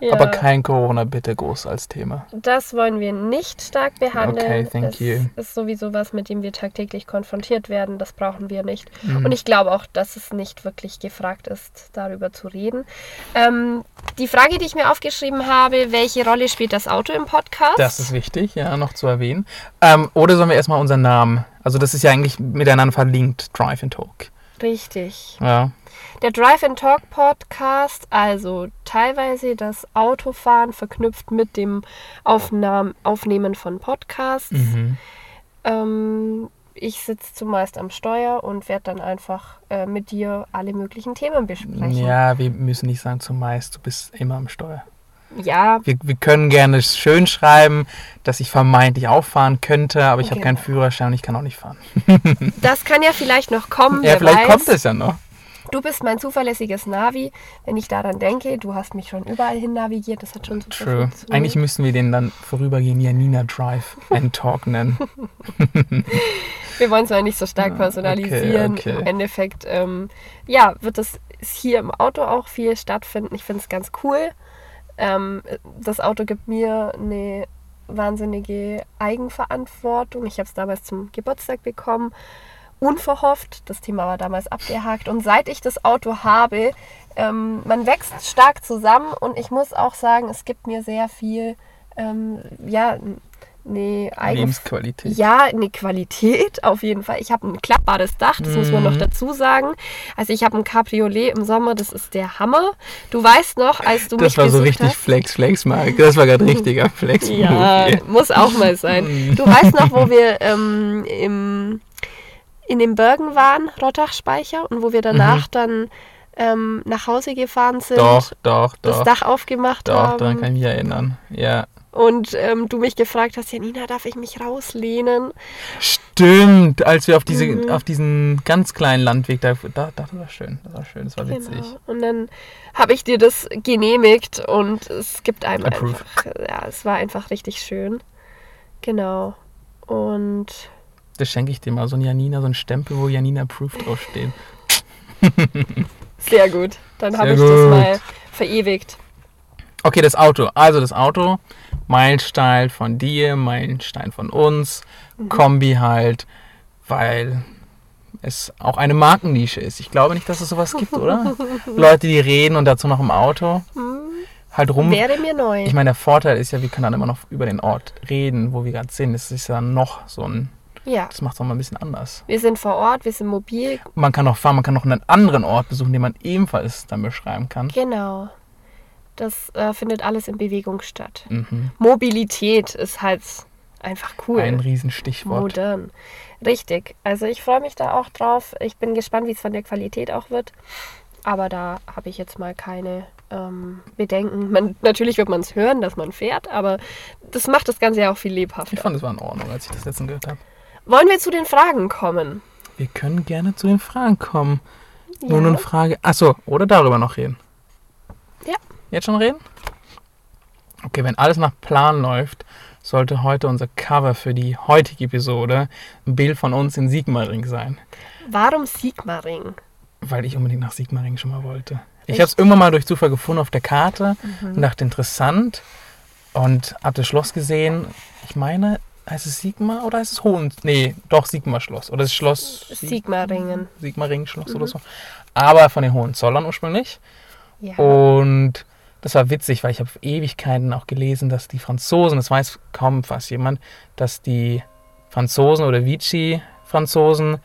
Ja,
Aber kein Corona bitte groß als Thema.
das wollen wir nicht stark behandeln.
Okay, thank
es
you.
ist sowieso was, mit dem wir tagtäglich konfrontiert werden. Das brauchen wir nicht.
Mhm.
Und ich glaube auch, dass es nicht wirklich gefragt ist, darüber zu reden. Ähm, die Frage, die ich mir aufgeschrieben habe, welche Rolle spielt das Auto im Podcast?
Das ist wichtig, ja, noch zu erwähnen. Ähm, oder sollen wir erstmal unseren Namen? Also das ist ja eigentlich miteinander verlinkt, Drive and Talk.
richtig.
Ja.
Der Drive and Talk Podcast, also teilweise das Autofahren verknüpft mit dem Aufnahm- Aufnehmen von Podcasts.
Mhm.
Ähm, ich sitze zumeist am Steuer und werde dann einfach äh, mit dir alle möglichen Themen besprechen.
ja, wir müssen nicht sagen zumeist, du bist immer am Steuer.
ja
Wir, wir können gerne schön schreiben, dass ich vermeintlich auch fahren könnte, aber ich habe
Genau.
keinen Führerschein und ich kann auch nicht fahren.
das kann ja vielleicht noch kommen. Hm,
Ja,
wer
vielleicht
weiß.
kommt es ja noch.
Du bist mein zuverlässiges Navi. Wenn ich daran denke, du hast mich schon überall hin navigiert. Das hat schon super
True.
funktioniert.
Eigentlich müssten wir den dann vorübergehend Janina Drive and Talk nennen.
Wir wollen es mal nicht so stark
Ah,
personalisieren.
okay, okay.
Im Endeffekt, ähm, ja, wird das hier im Auto auch viel stattfinden. Ich finde es ganz cool. Ähm, das Auto gibt mir eine wahnsinnige Eigenverantwortung. Ich habe es damals zum Geburtstag bekommen. Unverhofft. Das Thema war damals abgehakt. Und seit ich das Auto habe, ähm, man wächst stark zusammen. Und ich muss auch sagen, es gibt mir sehr viel, ähm, ja, nee, eigentlich.
Lebensqualität.
Ja, eine Qualität auf jeden Fall. Ich habe ein klappbares Dach, das muss man
Mhm.
noch dazu sagen. Also ich habe ein Cabriolet im Sommer, das ist der Hammer. Du weißt noch, als du mich
Das war so
besucht
richtig
hast,
Flex, Flex, Marc. Das war gerade richtiger Flex.
ne? Ja, muss auch mal
Mhm.
sein. Du weißt noch, wo wir ähm, im, in den Bergen waren, Rottachspeicher, und wo wir danach dann ähm, nach Hause gefahren sind,
Mhm. Doch, doch,
das
doch.
Dach aufgemacht
doch,
haben
daran kann ich mich erinnern. Ja.
und ähm, du mich gefragt hast, Janina, darf ich mich rauslehnen?
Stimmt, als wir auf, diese, auf diesen ganz kleinen Landweg, da, da, da, das war schön, das war schön, das war witzig.
Genau. Und dann habe ich dir das genehmigt und es gibt einem
Approved.
einfach, ja, es war einfach richtig schön. Genau. Und
Das schenke ich dir mal, so ein Janina, so ein Stempel, wo Janina Proof draufsteht.
sehr gut. Dann habe
Sehr
ich das
gut.
mal verewigt.
Okay, das Auto. Also das Auto, Meilenstein von dir, Meilenstein von uns, Kombi halt, weil es auch eine Markennische ist. Ich glaube nicht, dass es sowas gibt, oder? Leute, die reden und dazu noch im Auto halt rum.
Wäre mir neu.
Ich meine, der Vorteil ist ja, wir können dann immer noch über den Ort reden, wo wir gerade sind. Das ist ja noch so ein,
ja.
das macht es mal ein bisschen anders.
Wir sind vor Ort, wir sind mobil.
Man kann auch fahren, man kann noch einen anderen Ort besuchen, den man ebenfalls dann beschreiben kann.
Genau. Das äh, findet alles in Bewegung statt.
Mhm.
Mobilität ist halt einfach cool.
Ein Riesenstichwort.
Modern. Richtig. Also ich freue mich da auch drauf. Ich bin gespannt, wie es von der Qualität auch wird. Aber da habe ich jetzt mal keine ähm, Bedenken. Man, natürlich wird man es hören, dass man fährt, aber das macht das Ganze ja auch viel
Ich
lebhafter.
fand, es war in Ordnung, als ich das letzten gehört habe.
Wollen wir zu den Fragen kommen?
Wir können gerne zu den Fragen kommen. Nur
Ja.
eine Frage. Achso, oder darüber noch reden.
Ja.
Jetzt schon reden? Okay, wenn alles nach Plan läuft, sollte heute unser Cover für die heutige Episode ein Bild von uns in Sigmaring sein.
Warum Sigmaring?
Weil ich unbedingt nach Sigmaring schon mal wollte. Ich habe es irgendwann mal durch Zufall gefunden auf der Karte und dachte interessant und habe das Schloss gesehen. Ich meine, heißt es Sigma oder heißt es Hohen? Nee, doch Sigma Schloss. Oder das Schloss
Sigmaringen.
Sigmaringen-Schloss oder so. Aber von den Hohenzollern ursprünglich.
Ja.
Oh. Und das war witzig, weil ich habe Ewigkeiten auch gelesen, dass die Franzosen, das weiß kaum fast jemand, dass die Franzosen oder Vichy-Franzosen,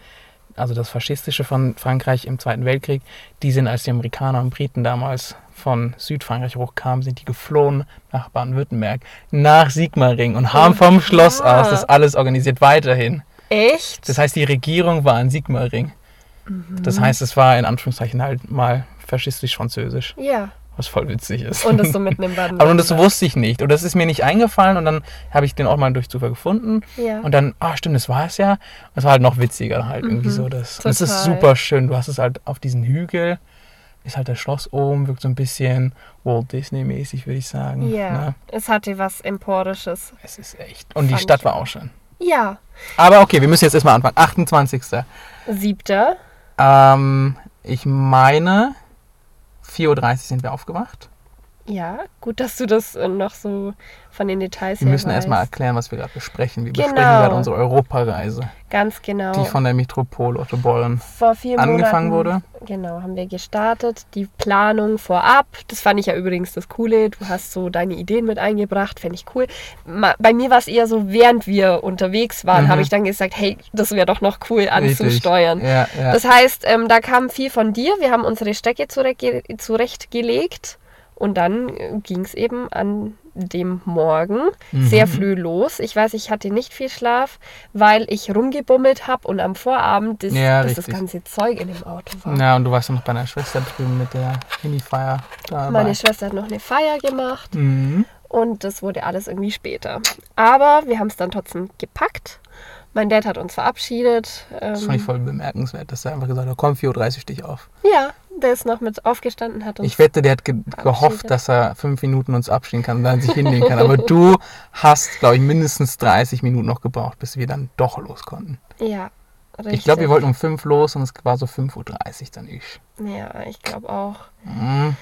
also das faschistische von Frankreich im Zweiten Weltkrieg, die sind, als die Amerikaner und Briten damals von Südfrankreich hochkamen, sind die geflohen nach Baden-Württemberg, nach Sigmaring und haben vom Schloss
ja.
aus das alles organisiert weiterhin.
Echt?
Das heißt, die Regierung war ein Sigmaring. Das heißt, es war in Anführungszeichen halt mal faschistisch-französisch,
ja.
was voll witzig ist.
Und das so mitten im Baden.
Aber und das wusste ich nicht. Und das ist mir nicht eingefallen. Und dann habe ich den auch mal durch Zufall gefunden.
Ja.
Und dann, ah, stimmt, das war es ja. Und es war halt noch witziger halt irgendwie so. Das. Und es ist
Mhm. Total.
super schön. Du hast es halt auf diesen Hügel. Ist halt das Schloss oben, wirkt so ein bisschen Walt Disney-mäßig, würde ich sagen.
ja.
Ne?
Es hatte was Emporisches.
Es ist echt. Und die
Fand
Stadt
ich
war auch schön.
Ja.
Aber okay, wir müssen jetzt erstmal anfangen. 28.
Siebter.
Ähm, ich meine, 4.30 Uhr sind wir aufgewacht.
Ja. Gut, dass du das äh, noch so von den Details
Wir
her
müssen erstmal
weißt.
erklären, was wir gerade besprechen. Wir besprechen
Genau.
gerade unsere Europareise,
Ganz genau.
die von der Metropole Ottobollen.
vor vier
angefangen
Monaten, wurde. Genau, haben wir gestartet. Die Planung vorab. Das fand ich ja übrigens das Coole. Du hast so deine Ideen mit eingebracht, fände ich cool. Ma- Bei mir war es eher so, während wir unterwegs waren,
Mhm.
habe ich dann gesagt, hey, das wäre doch noch cool anzusteuern.
Ja, ja.
Das heißt, ähm, da kam viel von dir. Wir haben unsere Strecke zurege- zurechtgelegt und dann ging es eben an dem Morgen
Mhm.
sehr früh los. Ich weiß, ich hatte nicht viel Schlaf, weil ich rumgebummelt habe und am Vorabend das,
Ja,
das, das
richtig.
ganze Zeug in dem Auto war.
ja, und du warst ja noch bei deiner Schwester drüben mit der Mini-Fire. dabei.
Meine Schwester hat noch eine Feier gemacht
Mhm.
und das wurde alles irgendwie später. Aber wir haben es dann trotzdem gepackt. Mein Dad hat uns verabschiedet.
Das
Ähm,
fand ich voll bemerkenswert, dass er einfach gesagt hat, komm, 4.30 Uhr steh ich auf.
ja, der ist noch mit aufgestanden, hat uns
Ich wette, der hat ge gehofft,
Verabschiedet.
dass er fünf Minuten uns abstehen kann und dann sich hinlegen kann. Aber du hast, glaube ich, mindestens 30 Minuten noch gebraucht, bis wir dann doch los konnten.
Ja, richtig.
Ich glaube, wir wollten um 5 los und es war so 5.30 Uhr dann ich.
Ja, ich glaube auch.
Mhm.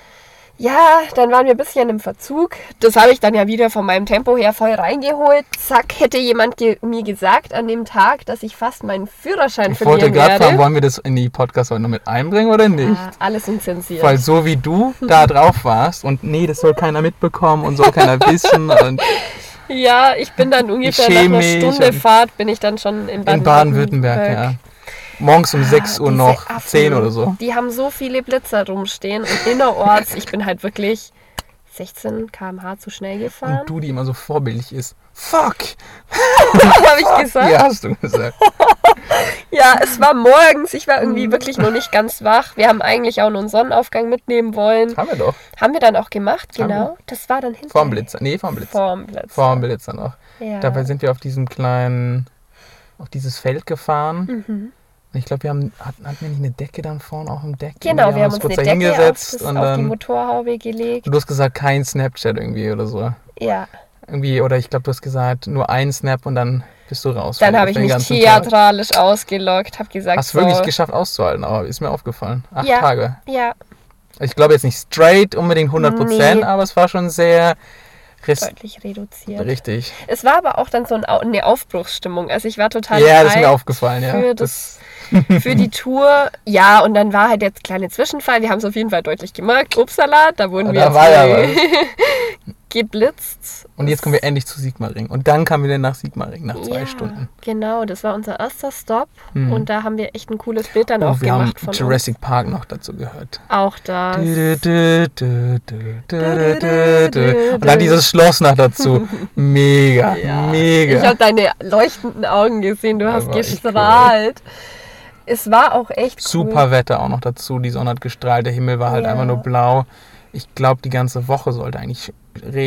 Ja, dann waren wir ein bisschen im Verzug. Das habe ich dann ja wieder von meinem Tempo her voll reingeholt. Zack, hätte jemand ge mir gesagt an dem Tag, dass ich fast meinen Führerschein
Ich wollte
verlieren
gerade fragen,
werde.
wollen wir das in die Podcast-Folge noch mit einbringen oder nicht?
Ah, alles unzensiert.
Weil so wie du da drauf warst und nee, das soll keiner mitbekommen und soll keiner wissen und
Ja, ich bin dann ungefähr
schäme
nach einer
mich
Stunde
und-
Fahrt bin ich dann schon in Baden-Württemberg.
In Baden-Württemberg, ja. Morgens um 6 Uhr
diese
noch,
Affen.
10 oder so.
Die haben so viele Blitzer rumstehen und innerorts, ich bin halt wirklich 16 km/h zu schnell gefahren.
Und du, die immer so vorbildlich ist. Fuck!
habe ich gesagt.
Ja, hast du gesagt.
Ja, es war morgens. Ich war
Mhm.
irgendwie wirklich noch nicht ganz wach. Wir haben eigentlich auch noch einen Sonnenaufgang mitnehmen wollen.
Haben wir doch.
Haben wir dann auch gemacht,
Haben
genau. Das war dann hinten.
Vorm Blitzer. Nee, vorm Blitzer.
Vorm Blitz.
Vorm Blitzer noch.
Ja.
Dabei sind wir auf diesem kleinen, auf dieses Feld gefahren.
Mhm.
Und Ich glaube, wir haben, hatten, hatten wir nicht eine Decke dann vorne auf dem Deck?
Genau, wir haben uns
kurz
eine
da
Decke
hingesetzt
auf, das,
und
auf die
dann.
Motorhaube gelegt.
Du hast gesagt, kein Snapchat irgendwie oder so.
Ja,
Irgendwie, oder ich glaube, du hast gesagt, nur ein Snap und dann bist du raus.
dann
für-
habe
für
ich
den
mich
ganzen Tag.
theatralisch ausgelockt, habe gesagt,
Hast
so,
wirklich geschafft auszuhalten, aber ist mir aufgefallen. Acht
Ja.
Tage.
ja,
Ich glaube jetzt nicht straight unbedingt 100 Prozent,
Nee.
aber es war schon sehr rest
deutlich reduziert.
richtig.
Es war aber auch dann so ein Au- eine Aufbruchsstimmung. Also ich war total
Ja, das ist
hyped
mir aufgefallen, ja.
für
das,
für die Tour. Ja, und dann war halt jetzt kleine Zwischenfall. Wir haben es auf jeden Fall deutlich gemerkt. Upsala, da wurden wir
Ah, da
jetzt
war ja
ge-
was.
geblitzt.
Und jetzt kommen wir endlich zu Sigmaring. Und dann kamen wir dann nach Sigmaring, nach zwei
ja,
Stunden.
Genau, das war unser erster Stop. Und da haben wir echt ein cooles Bild dann auch
Und Oh, wir haben
gemacht von
Jurassic Park noch dazu gehört.
uns. Auch das.
Du, du, du, du, du, du, du. Und dann dieses Schloss noch dazu. Mega,
Ich
mega.
habe deine leuchtenden Augen gesehen. Du hast
war echt
gestrahlt. Es war auch echt
Super Wetter auch noch dazu. Die Sonne hat gestrahlt, der Himmel war halt
Ja.
einfach nur blau. Ich glaube, die ganze Woche sollte eigentlich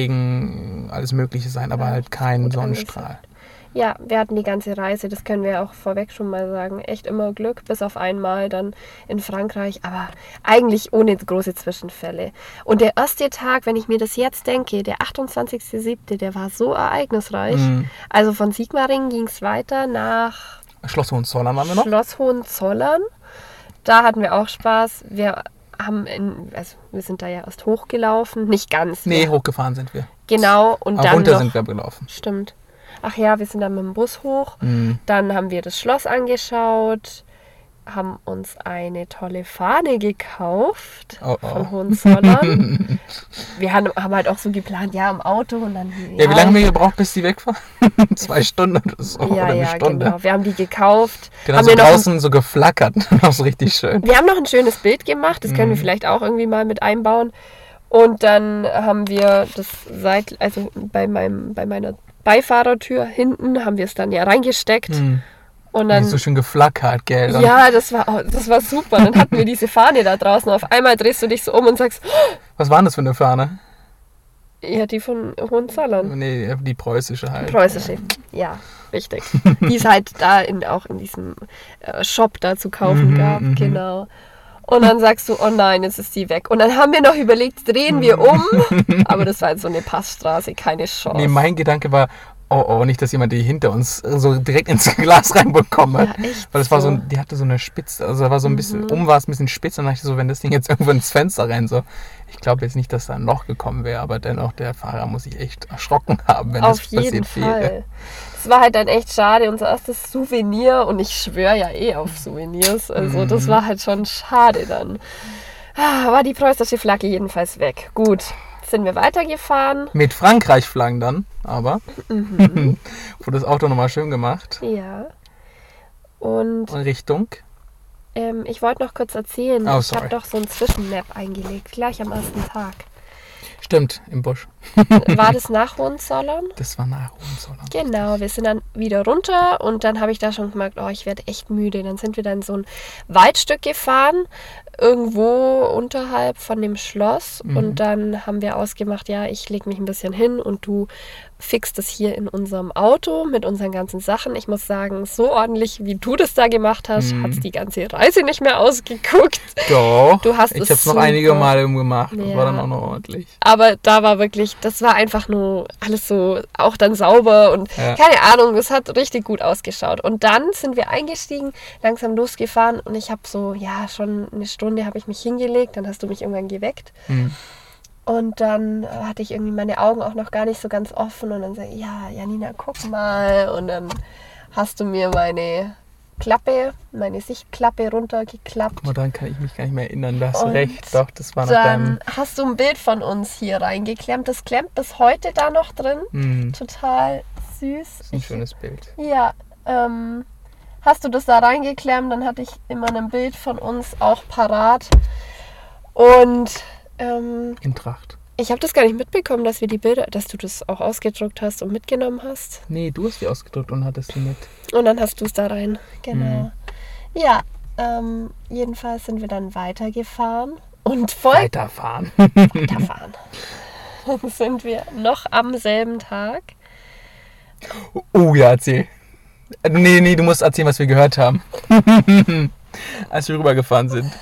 Regen, alles Mögliche sein, aber halt kein
gut
Sonnenstrahl.
Ja, wir hatten die ganze Reise, das können wir auch vorweg schon mal sagen. Echt immer Glück, bis auf einmal dann in Frankreich, aber eigentlich ohne große Zwischenfälle. Und der erste Tag, wenn ich mir das jetzt denke, der 28.07., der war so ereignisreich.
Mhm.
Also von Sigmaringen ging es weiter nach
Schloss Hohenzollern waren wir noch.
Schloss Hohenzollern. Da hatten wir auch Spaß. Wir haben in, also wir sind da ja erst hochgelaufen, nicht ganz.
Nee,
wir-
hochgefahren sind wir.
genau. Und
Aber
dann
runter
noch,
sind wir gelaufen.
Stimmt. Ach ja, wir sind dann mit dem Bus hoch.
Mhm.
Dann haben wir das Schloss angeschaut, haben uns eine tolle Fahne gekauft
Oh, oh.
von Hohenzollern. wir haben, haben halt auch so geplant, ja, im Auto und dann.
Ja, wie lange haben wir gebraucht, bis die weg war? Zwei Stunden oder so. oder
Ja,
eine
ja,
Stunde.
genau. Wir haben die gekauft.
Genau,
haben
so
wir, noch ein,
draußen so geflackert. das ist richtig schön.
wir haben noch ein schönes Bild gemacht, das können
Mhm.
wir vielleicht auch irgendwie mal mit einbauen. Und dann haben wir das seit, also bei, meinem, bei meiner Beifahrertür hinten haben wir es dann ja reingesteckt.
Mhm.
Und
Dann
dann
ist so schön geflackert, gell? Dann-
Ja, das war, auch- das war super. Dann hatten wir diese Fahne da draußen. Auf einmal drehst du dich so um und sagst,
Was war denn das für eine Fahne?
ja, die von Hohenzollern.
Nee, die preußische halt.
Preußische. Ja, richtig. Die es halt da in, auch in diesem äh, Shop da zu kaufen
Mhm,
gab.
mhm.
Genau. Und dann sagst du, oh nein, jetzt ist die weg. Und dann haben wir noch überlegt, drehen wir um. Aber das war halt so eine Passstraße, keine Chance.
Nee, mein Gedanke war, oh oh, nicht, dass jemand die hinter uns äh, so direkt ins Glas reinbekommen hat.
Ja, echt
Weil das war so,
so. Mhm.
ein- die hatte so eine Spitze, also da war so ein bisschen, um war es ein bisschen spitz und dann dachte ich so, wenn das Ding jetzt irgendwo ins Fenster rein so. Ich glaube jetzt nicht, dass da ein Loch gekommen wäre, aber dennoch, der Fahrer muss sich echt erschrocken haben, wenn
Auf
das
jeden
passiert eh. wäre.
Fall. Es war halt dann echt schade, unser erstes Souvenir und ich schwöre ja eh auf Souvenirs. Also
Mhm.
das war halt schon schade dann. Ah, War die preußische Flagge jedenfalls weg. Gut, sind wir weitergefahren.
Mit Frankreich-Flaggen dann, aber.
Mhm.
Wurde das Auto nochmal schön gemacht.
Ja. Und
Und Richtung.
ähm, ich wollte noch kurz erzählen,
Oh,
ich habe
sorry.
doch so ein Zwischenmap eingelegt, gleich am ersten Tag.
Stimmt, im Busch.
War das nach Hohenzollern?
Das war nach Hohenzollern.
Genau, wir sind dann wieder runter und dann habe ich da schon gemerkt, oh, ich werde echt müde. Dann sind wir dann so ein Waldstück gefahren, irgendwo unterhalb von dem Schloss und dann haben wir ausgemacht, ja, ich lege mich ein bisschen hin und du fixst es hier in unserem Auto mit unseren ganzen Sachen. Ich muss sagen, so ordentlich, wie du das da gemacht hast, hat's hat es die ganze Reise nicht mehr ausgeguckt.
Doch.
Du hast
ich
es
habe es noch
super.
einige Male gemacht. Das
Ja.
war dann auch noch ordentlich.
Aber da war wirklich, das war einfach nur alles so, auch dann sauber und
Ja.
keine Ahnung, das hat richtig gut ausgeschaut. Und dann sind wir eingestiegen, langsam losgefahren und ich habe so, ja, schon eine Stunde habe ich mich hingelegt, dann hast du mich irgendwann geweckt.
Hm.
Und dann hatte ich irgendwie meine Augen auch noch gar nicht so ganz offen und dann sag ich, ja, Janina, guck mal. Und dann hast du mir meine Klappe, meine Sichtklappe runtergeklappt.
Guck mal, daran kann ich mich gar nicht mehr erinnern. Da hast du
Und
recht. Doch, das war nach
Dann
deinem.
hast du ein Bild von uns hier reingeklemmt. Das klemmt bis heute da noch drin.
Hm,
Total süß.
das ist ein
Ich-
schönes Bild.
Ja, ähm, hast du das da reingeklemmt, dann hatte ich immer ein Bild von uns auch parat. Und ähm,
In Tracht.
ich habe das gar nicht mitbekommen, dass wir die Bilder, dass du das auch ausgedruckt hast und mitgenommen hast.
Nee, du hast die ausgedrückt und hattest die mit.
Und dann hast du es da rein. Genau.
Mhm.
Ja, ähm, jedenfalls sind wir dann weitergefahren und voll
Weiterfahren.
weiterfahren. Dann sind wir noch am selben Tag.
Oh ja, erzähl. Äh, Nee, nee, du musst erzählen, was wir gehört haben. Als wir rübergefahren sind.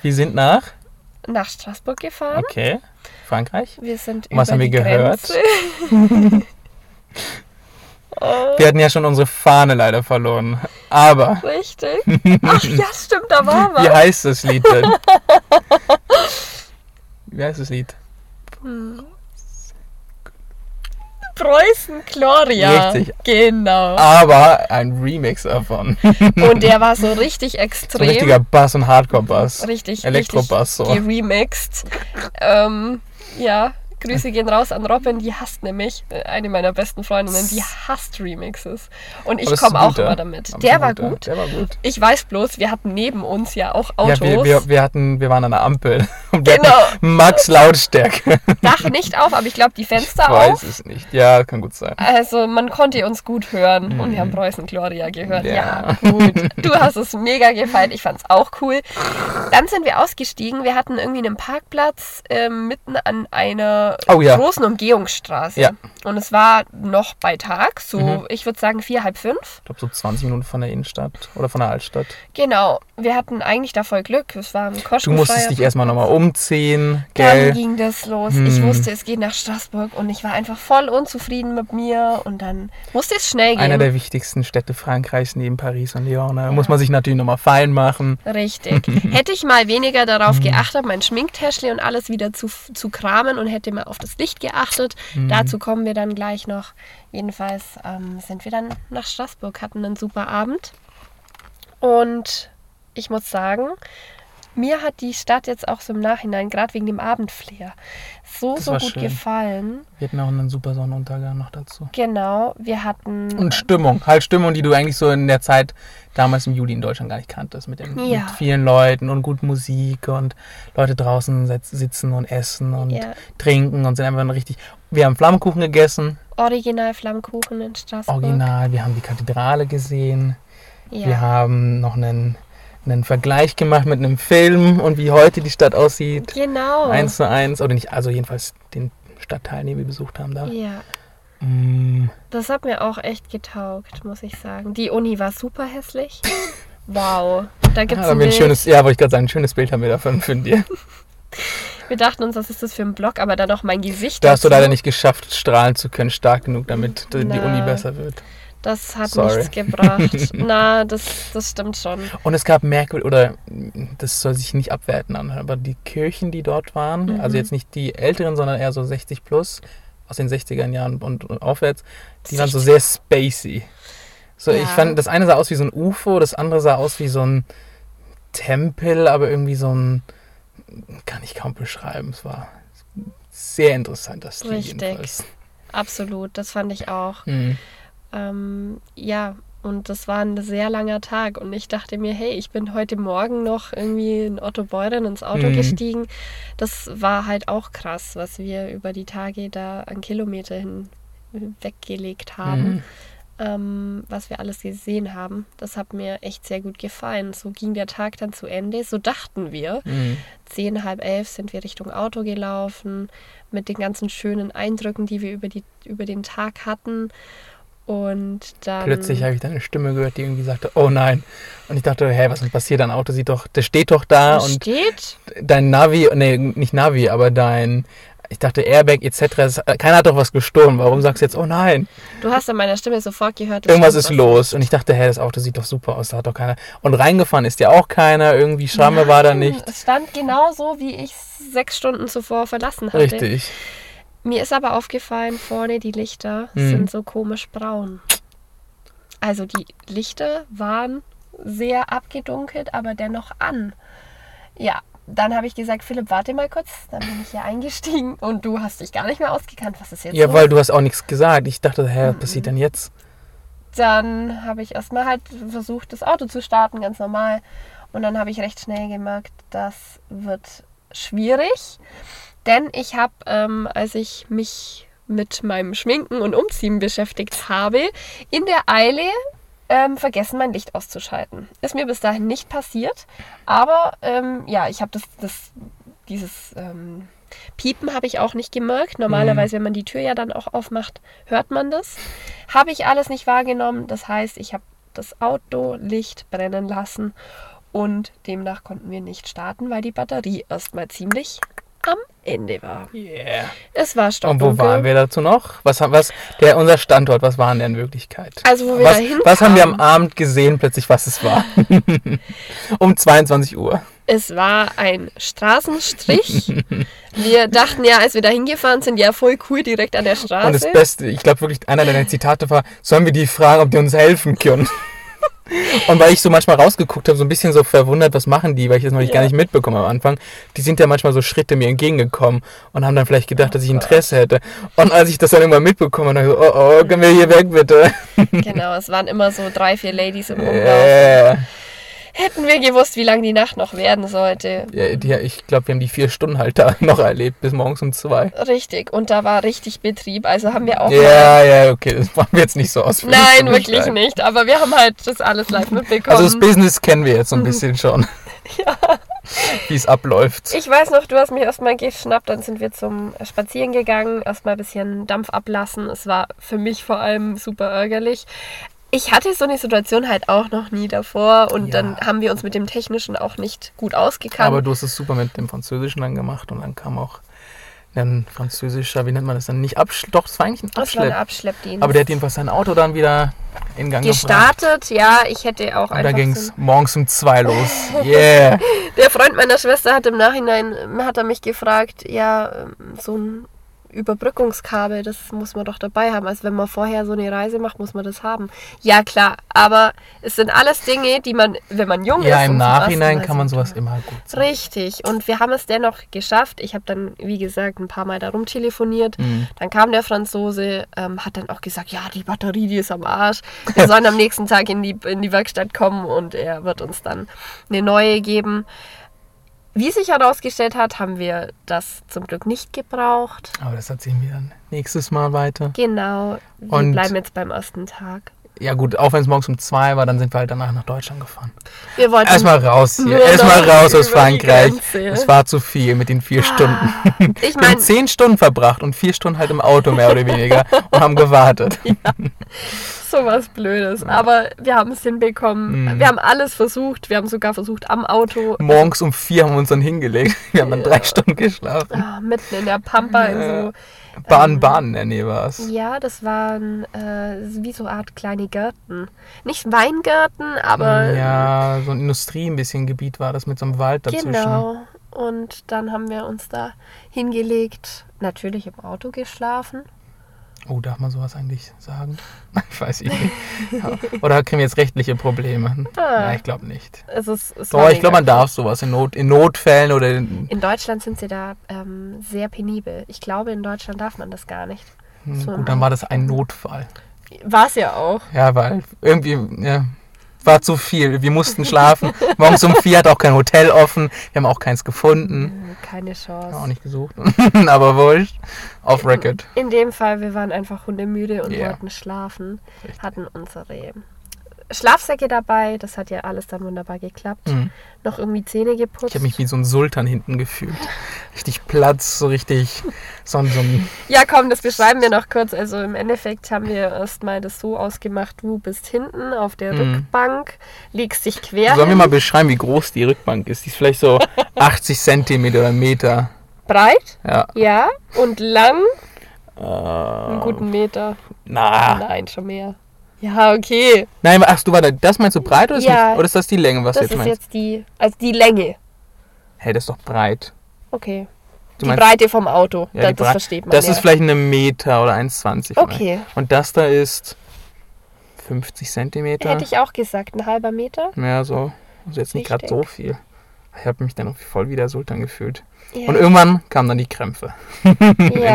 Wir sind
Mhm.
nach.
nach Straßburg gefahren.
Okay. Frankreich.
Wir sind über
Was haben
die
wir gehört?
Grenze. Oh,
Wir hatten ja schon unsere Fahne leider verloren. Aber,
Richtig. Ach ja, stimmt, da waren
wie
wir.
heißt das Lied denn? Wie heißt das Lied?
Preußen Gloria.
Richtig. Ah.
Genau.
Aber ein Remix davon.
Und der war so richtig extrem.
So ein richtiger Bass und Hardcore-Bass.
richtig,
Elektrobass, so.
richtig geremixed. Ähm, ja, Grüße gehen raus an Robin, die hasst nämlich, äh, eine meiner besten Freundinnen, die hasst Remixes. Und ich
Aber es ist
komme
ein
auch
guter.
immer damit.
Aber
Der
es ist ein
war
guter.
gut.
Der war gut.
Ich weiß bloß, wir hatten neben uns ja auch Autos.
Ja, wir, wir, wir, hatten, wir waren an der Ampel. Und wir
Genau.
hatten Max Lautstärke.
Dach nicht auf, aber ich glaube die Fenster
Weiß
auf.
es nicht. Ja, kann gut sein.
Also man konnte uns gut hören und wir haben Preußen Gloria gehört. Ja.
Mhm. Ja.
gut. Du hast es mega gefallen. Ich fand es auch cool. Dann sind wir ausgestiegen. Wir hatten irgendwie einen Parkplatz ähm, mitten an einer
Oh ja.
großen Umgehungsstraße.
Ja. Mhm.
Und es war noch bei Tag, so ich würde sagen vier, halb fünf.
Ich glaube so 20 Minuten von der Innenstadt oder von der Altstadt.
Genau. Wir hatten eigentlich da voll Glück. Es war ein
Du
kostenfreier
musstest dich erstmal nochmal umziehen,
Dann
gell?
ging das los. Ich
Hm.
wusste, es geht nach Straßburg und ich war einfach voll unzufrieden mit mir und dann musste es schnell
Einer
gehen.
der wichtigsten Städte Frankreichs neben Paris und Lyon. ne? Da muss man sich natürlich nochmal fein machen.
Richtig. hätte ich mal weniger darauf geachtet, mein Schminktäschli und alles wieder zu, zu kramen und hätte mal auf das Licht geachtet.
Mhm.
Dazu kommen wir dann gleich noch. Jedenfalls ähm, sind wir dann nach Straßburg, hatten einen super Abend. Und ich muss sagen, mir hat die Stadt jetzt auch so im Nachhinein, gerade wegen dem Abendflair, so,
Das
so
war
gut
schön.
gefallen.
Wir hatten auch einen super Sonnenuntergang noch dazu.
Genau, wir hatten.
Und Stimmung, halt Stimmung, die du eigentlich so in der Zeit damals im Juli in Deutschland gar nicht kanntest. Mit, den,
Ja.
mit vielen Leuten und gut Musik und Leute draußen setz- sitzen und essen und
Ja.
trinken und sind einfach richtig. Wir haben Flammkuchen gegessen,
Original Flammkuchen in Straßburg.
original. Wir haben die Kathedrale gesehen.
Ja.
Wir haben noch einen, einen Vergleich gemacht mit einem Film und wie heute die Stadt aussieht.
Genau.
Eins zu eins. Oder nicht, also jedenfalls den Stadtteil, den wir besucht haben da.
Ja.
Mm,
Das hat mir auch echt getaugt, muss ich sagen. Die Uni war super hässlich. Wow. Da gibt
Ah,
es
da haben
ein
wir ein
Bild.
schönes, ja, wollte ich gerade sagen, ein schönes Bild haben wir davon von dir.
Wir dachten uns, was ist das für ein Blog, aber dann noch mein Gesicht.
Da hast du
dazu.
leider nicht geschafft, strahlen zu können, stark genug, damit die
Also Na.
Uni besser wird.
Das hat
Sorry.
nichts gebracht. Na, das, das stimmt schon.
Und es gab merkwürdig, oder mm, das soll sich nicht abwerten anhören, aber die Kirchen, die dort
Mhm.
waren, also jetzt nicht die älteren, sondern eher so 60 plus, aus den 60ern Jahren und, und aufwärts, die waren so sehr spacey. So,
Ja.
ich fand, das eine sah aus wie so ein UFO, das andere sah aus wie so ein Tempel, aber irgendwie so ein, kann ich kaum beschreiben, es war sehr interessant, das Stil
Richtig.
jedenfalls.
Absolut, das fand ich auch.
Mhm.
Ähm, ja, und das war ein sehr langer Tag. Und ich dachte mir, hey, ich bin heute Morgen noch irgendwie in Otto Beuren ins Auto
Mhm.
gestiegen. Das war halt auch krass, was wir über die Tage da an Kilometer hin äh, weggelegt haben,
Mhm.
ähm, was wir alles gesehen haben. Das hat mir echt sehr gut gefallen. So ging der Tag dann zu Ende, so dachten wir.
Mhm.
Zehn, halb elf sind wir Richtung Auto gelaufen, mit den ganzen schönen Eindrücken, die wir über, die, über den Tag hatten. Und dann.
Plötzlich habe ich dann eine Stimme gehört, die irgendwie sagte, oh nein. Und ich dachte, hey, was ist denn passiert? Dein Auto sieht doch, das steht doch da
Was
und
steht.
dein Navi, nee, nicht Navi, aber dein, ich dachte Airbag etc. Es- Keiner hat doch was gestohlen. Warum sagst du jetzt, oh nein,
Du hast an meiner Stimme sofort gehört. dass
irgendwas
stimmt
ist los? Und ich dachte, hey, das Auto sieht doch super aus, da hat doch keiner. Und reingefahren ist ja auch keiner, irgendwie Schramme war da
Nein,
nicht.
Es stand genau so, wie ich es sechs Stunden zuvor verlassen hatte.
Richtig.
Mir ist aber aufgefallen, vorne die Lichter
Hm.
sind so komisch braun. Also die Lichter waren sehr abgedunkelt, aber dennoch an. Ja, dann habe ich gesagt, Philipp, warte mal kurz. Dann bin ich hier eingestiegen und du hast dich gar nicht mehr ausgekannt. Was ist jetzt
Ja,
los?
weil du hast auch nichts gesagt. Ich dachte, hä, was passiert denn jetzt?
dann habe ich erstmal halt versucht, das Auto zu starten, ganz normal. Und dann habe ich recht schnell gemerkt, das wird schwierig. Denn ich habe, ähm, als ich mich mit meinem Schminken und Umziehen beschäftigt habe, in der Eile ähm, vergessen, mein Licht auszuschalten. Ist mir bis dahin nicht passiert. Aber ähm, ja, ich habe das, das, dieses ähm, Piepen habe ich auch nicht gemerkt.
Mhm.
Normalerweise, wenn man die Tür ja dann auch aufmacht, hört man das. Habe ich alles nicht wahrgenommen. Das heißt, ich habe das Autolicht brennen lassen und demnach konnten wir nicht starten, weil die Batterie erstmal ziemlich am Ende war.
Yeah.
Es war
Und wo
stockdunkel.
waren wir dazu noch? Was, haben- was, der, unser Standort, was waren der in Wirklichkeit?
Also, wo wir
was,
da hinkamen.
was haben wir am Abend gesehen, plötzlich, was es war? um 22 Uhr.
Es war ein Straßenstrich. wir dachten ja, als wir da hingefahren sind, ja voll cool direkt an der Straße.
Und das Beste, ich glaube wirklich, einer deiner Zitate war, sollen wir die fragen, ob die uns helfen können? Und weil ich so manchmal rausgeguckt habe, so ein bisschen so verwundert, was machen die, weil ich das noch nicht
Ja.
gar nicht mitbekommen am Anfang, die sind ja manchmal so Schritte mir entgegengekommen und haben dann vielleicht gedacht, dass
Oh
ich Interesse hätte. Und als ich das dann irgendwann mitbekommen habe, dann so, oh oh, können wir hier weg bitte?
Genau, es waren immer so drei, vier Ladies im Umlauf.
Äh,
Hätten wir gewusst, wie lange die Nacht noch werden sollte.
ja, die, ich glaube, wir haben die vier Stunden halt da noch erlebt, bis morgens um zwei.
Richtig, und da war richtig Betrieb, also haben wir auch.
Ja, ja, okay, das machen wir jetzt nicht so
mal,
ausführlich.
nein,
zu
wirklich
beschreiben.
nicht, aber wir haben halt das alles live mitbekommen.
Also das Business kennen wir jetzt
Mhm.
so ein bisschen schon. Wie es abläuft.
ich weiß noch, du hast mich erstmal geschnappt, dann sind wir zum Spazieren gegangen, erstmal ein bisschen Dampf ablassen. Es war für mich vor allem super ärgerlich. Ich hatte so eine Situation halt auch noch nie davor und
Ja.
dann haben wir uns mit dem Technischen auch nicht gut ausgekannt.
Aber du hast es super mit dem Französischen dann gemacht und dann kam auch ein französischer, wie nennt man das dann? Nicht Abschlepp. Doch, das war eigentlich ein
das war ein
Abschlepp.
Abschleppdienst.
Aber der hat jedenfalls sein Auto dann wieder in Gang gebracht.
gestartet, ja, ich hätte auch
Und da
einfach
ging
so-
es morgens um zwei los. Yeah.
Der Freund meiner Schwester hat im Nachhinein, ähm, hat er mich gefragt, ja, ähm, so ein Überbrückungskabel, das muss man doch dabei haben. Also wenn man vorher so eine Reise macht, muss man das haben. Ja, klar, aber es sind alles Dinge, die man, wenn man jung ist...
ja, im
und zum ersten
Nachhinein
Mal
kann man
so-
sowas immer gut sagen.
Richtig, und wir haben es dennoch geschafft. Ich habe dann, wie gesagt, ein paar Mal da rumtelefoniert.
Mhm.
Dann kam der Franzose, ähm, hat dann auch gesagt, ja, die Batterie, die ist am Arsch. Wir sollen am nächsten Tag in die, in die Werkstatt kommen und er wird uns dann eine neue geben. Wie sich herausgestellt hat, haben wir das zum Glück nicht gebraucht.
Aber das erzählen wir dann nächstes Mal weiter.
Genau, wir
Und-
bleiben jetzt beim ersten Tag.
Ja gut, auch wenn es morgens um zwei war, dann sind wir halt danach nach Deutschland gefahren.
Wir wollten
Erstmal raus hier.
Nur
Erstmal
noch
raus aus
über die
Frankreich.
Grenze. Ah.
Es war zu viel mit den vier Stunden.
ich
Wir haben
meine,
zehn Stunden verbracht und vier Stunden halt im Auto mehr oder weniger und haben gewartet.
sowas Blödes. Aber wir haben es hinbekommen.
Mhm.
Wir haben alles versucht. Wir haben sogar versucht am Auto.
Morgens um vier haben wir uns dann hingelegt. Wir haben dann drei Stunden geschlafen.
Ah, mitten in der Pampa in so
Bahn, Bahn in der Nähe war es.
Ja, das waren äh, wie so eine Art kleine Gärten. Nicht Weingärten, aber
Mm, Ja, so ein Industrie, ein bisschen Gebiet war das mit so einem Wald dazwischen.
genau. Und dann haben wir uns da hingelegt, natürlich im Auto geschlafen.
Oh, darf man sowas eigentlich sagen? Ich weiß ich nicht. Ja. Oder kriegen wir jetzt rechtliche Probleme?
Ah.
Ja, ich glaube nicht.
Es ist, es war
Doch, ich glaube, man
mega
darf sowas in, Not, in Notfällen oder in,
cool. In Deutschland sind sie da ähm, sehr penibel. Ich glaube, in Deutschland darf man das gar nicht. So.
gut, dann war das ein Notfall.
War es ja auch.
Ja, weil irgendwie, ja, war zu viel. Wir mussten schlafen. Morgens um vier hat auch kein Hotel offen. Wir haben auch keins gefunden.
Hm, Keine
Haben
Chance.
wir auch nicht gesucht. Aber wurscht. Off Record.
In dem Fall, wir waren einfach hundemüde und
Ja.
wollten schlafen,
Richtig.
hatten unsere Schlafsäcke dabei. Das hat ja alles dann wunderbar geklappt.
Mhm.
Noch irgendwie Zähne geputzt.
Ich habe mich wie so ein Sultan hinten gefühlt. Richtig Platz, so richtig. So ein, so ein
ja, komm, das beschreiben wir noch kurz. Also im Endeffekt haben wir erstmal das so ausgemacht, du bist hinten auf der
Mhm.
Rückbank, legst dich quer
sollen wir
hin,
mal beschreiben, wie groß die Rückbank ist? Die ist vielleicht so 80 Zentimeter oder Meter.
breit,
Ja.
ja, und lang, einen
Äh,
guten Meter.
na.
Nein, schon mehr. Ja, okay.
Nein, ach, du war da, das meinst du breit oder ist,
Ja.
nicht, oder ist das die Länge, was
das
du jetzt
ist
meinst?
jetzt die, also die Länge.
Hey, das ist doch breit.
Okay.
Du
die
meinst-
Breite vom Auto,
Ja,
da,
die
das
Bra-
versteht man
Das
ja.
ist vielleicht eine Meter oder 1,20.
Okay.
vielleicht. Und das da ist 50 Zentimeter.
Hätte ich auch gesagt, ein halber Meter.
Ja, so. Also jetzt nicht gerade
Richtig.
so viel. Ich habe mich dann auch voll wie der Sultan gefühlt.
Ja.
Und irgendwann kamen dann die Krämpfe.
Ja.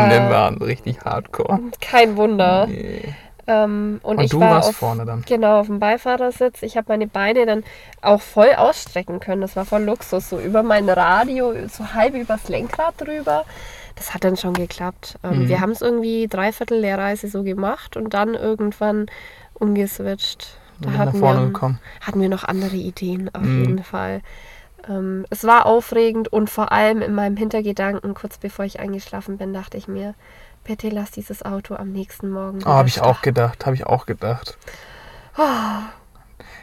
In dem Baden. Richtig hardcore.
Kein Wunder.
Nee.
Ähm, und
Und
ich
du
war
warst
auf,
vorne dann.
Genau, auf dem Beifahrersitz. Ich habe meine Beine dann auch voll ausstrecken können. Das war voll Luxus. So über mein Radio, so halb übers Lenkrad drüber. Das hat dann schon geklappt. Ähm,
Mhm.
Wir haben es irgendwie dreiviertel der Reise so gemacht und dann irgendwann umgeswitcht. Da
bin nach
hatten
vorne
wir,
gekommen.
hatten wir noch andere Ideen auf
Mhm.
jeden Fall. Ähm, es war aufregend und vor allem in meinem Hintergedanken, kurz bevor ich eingeschlafen bin, dachte ich mir, bitte lass dieses Auto am nächsten Morgen.
Oh, habe ich
wieder
auch gedacht, habe ich auch gedacht.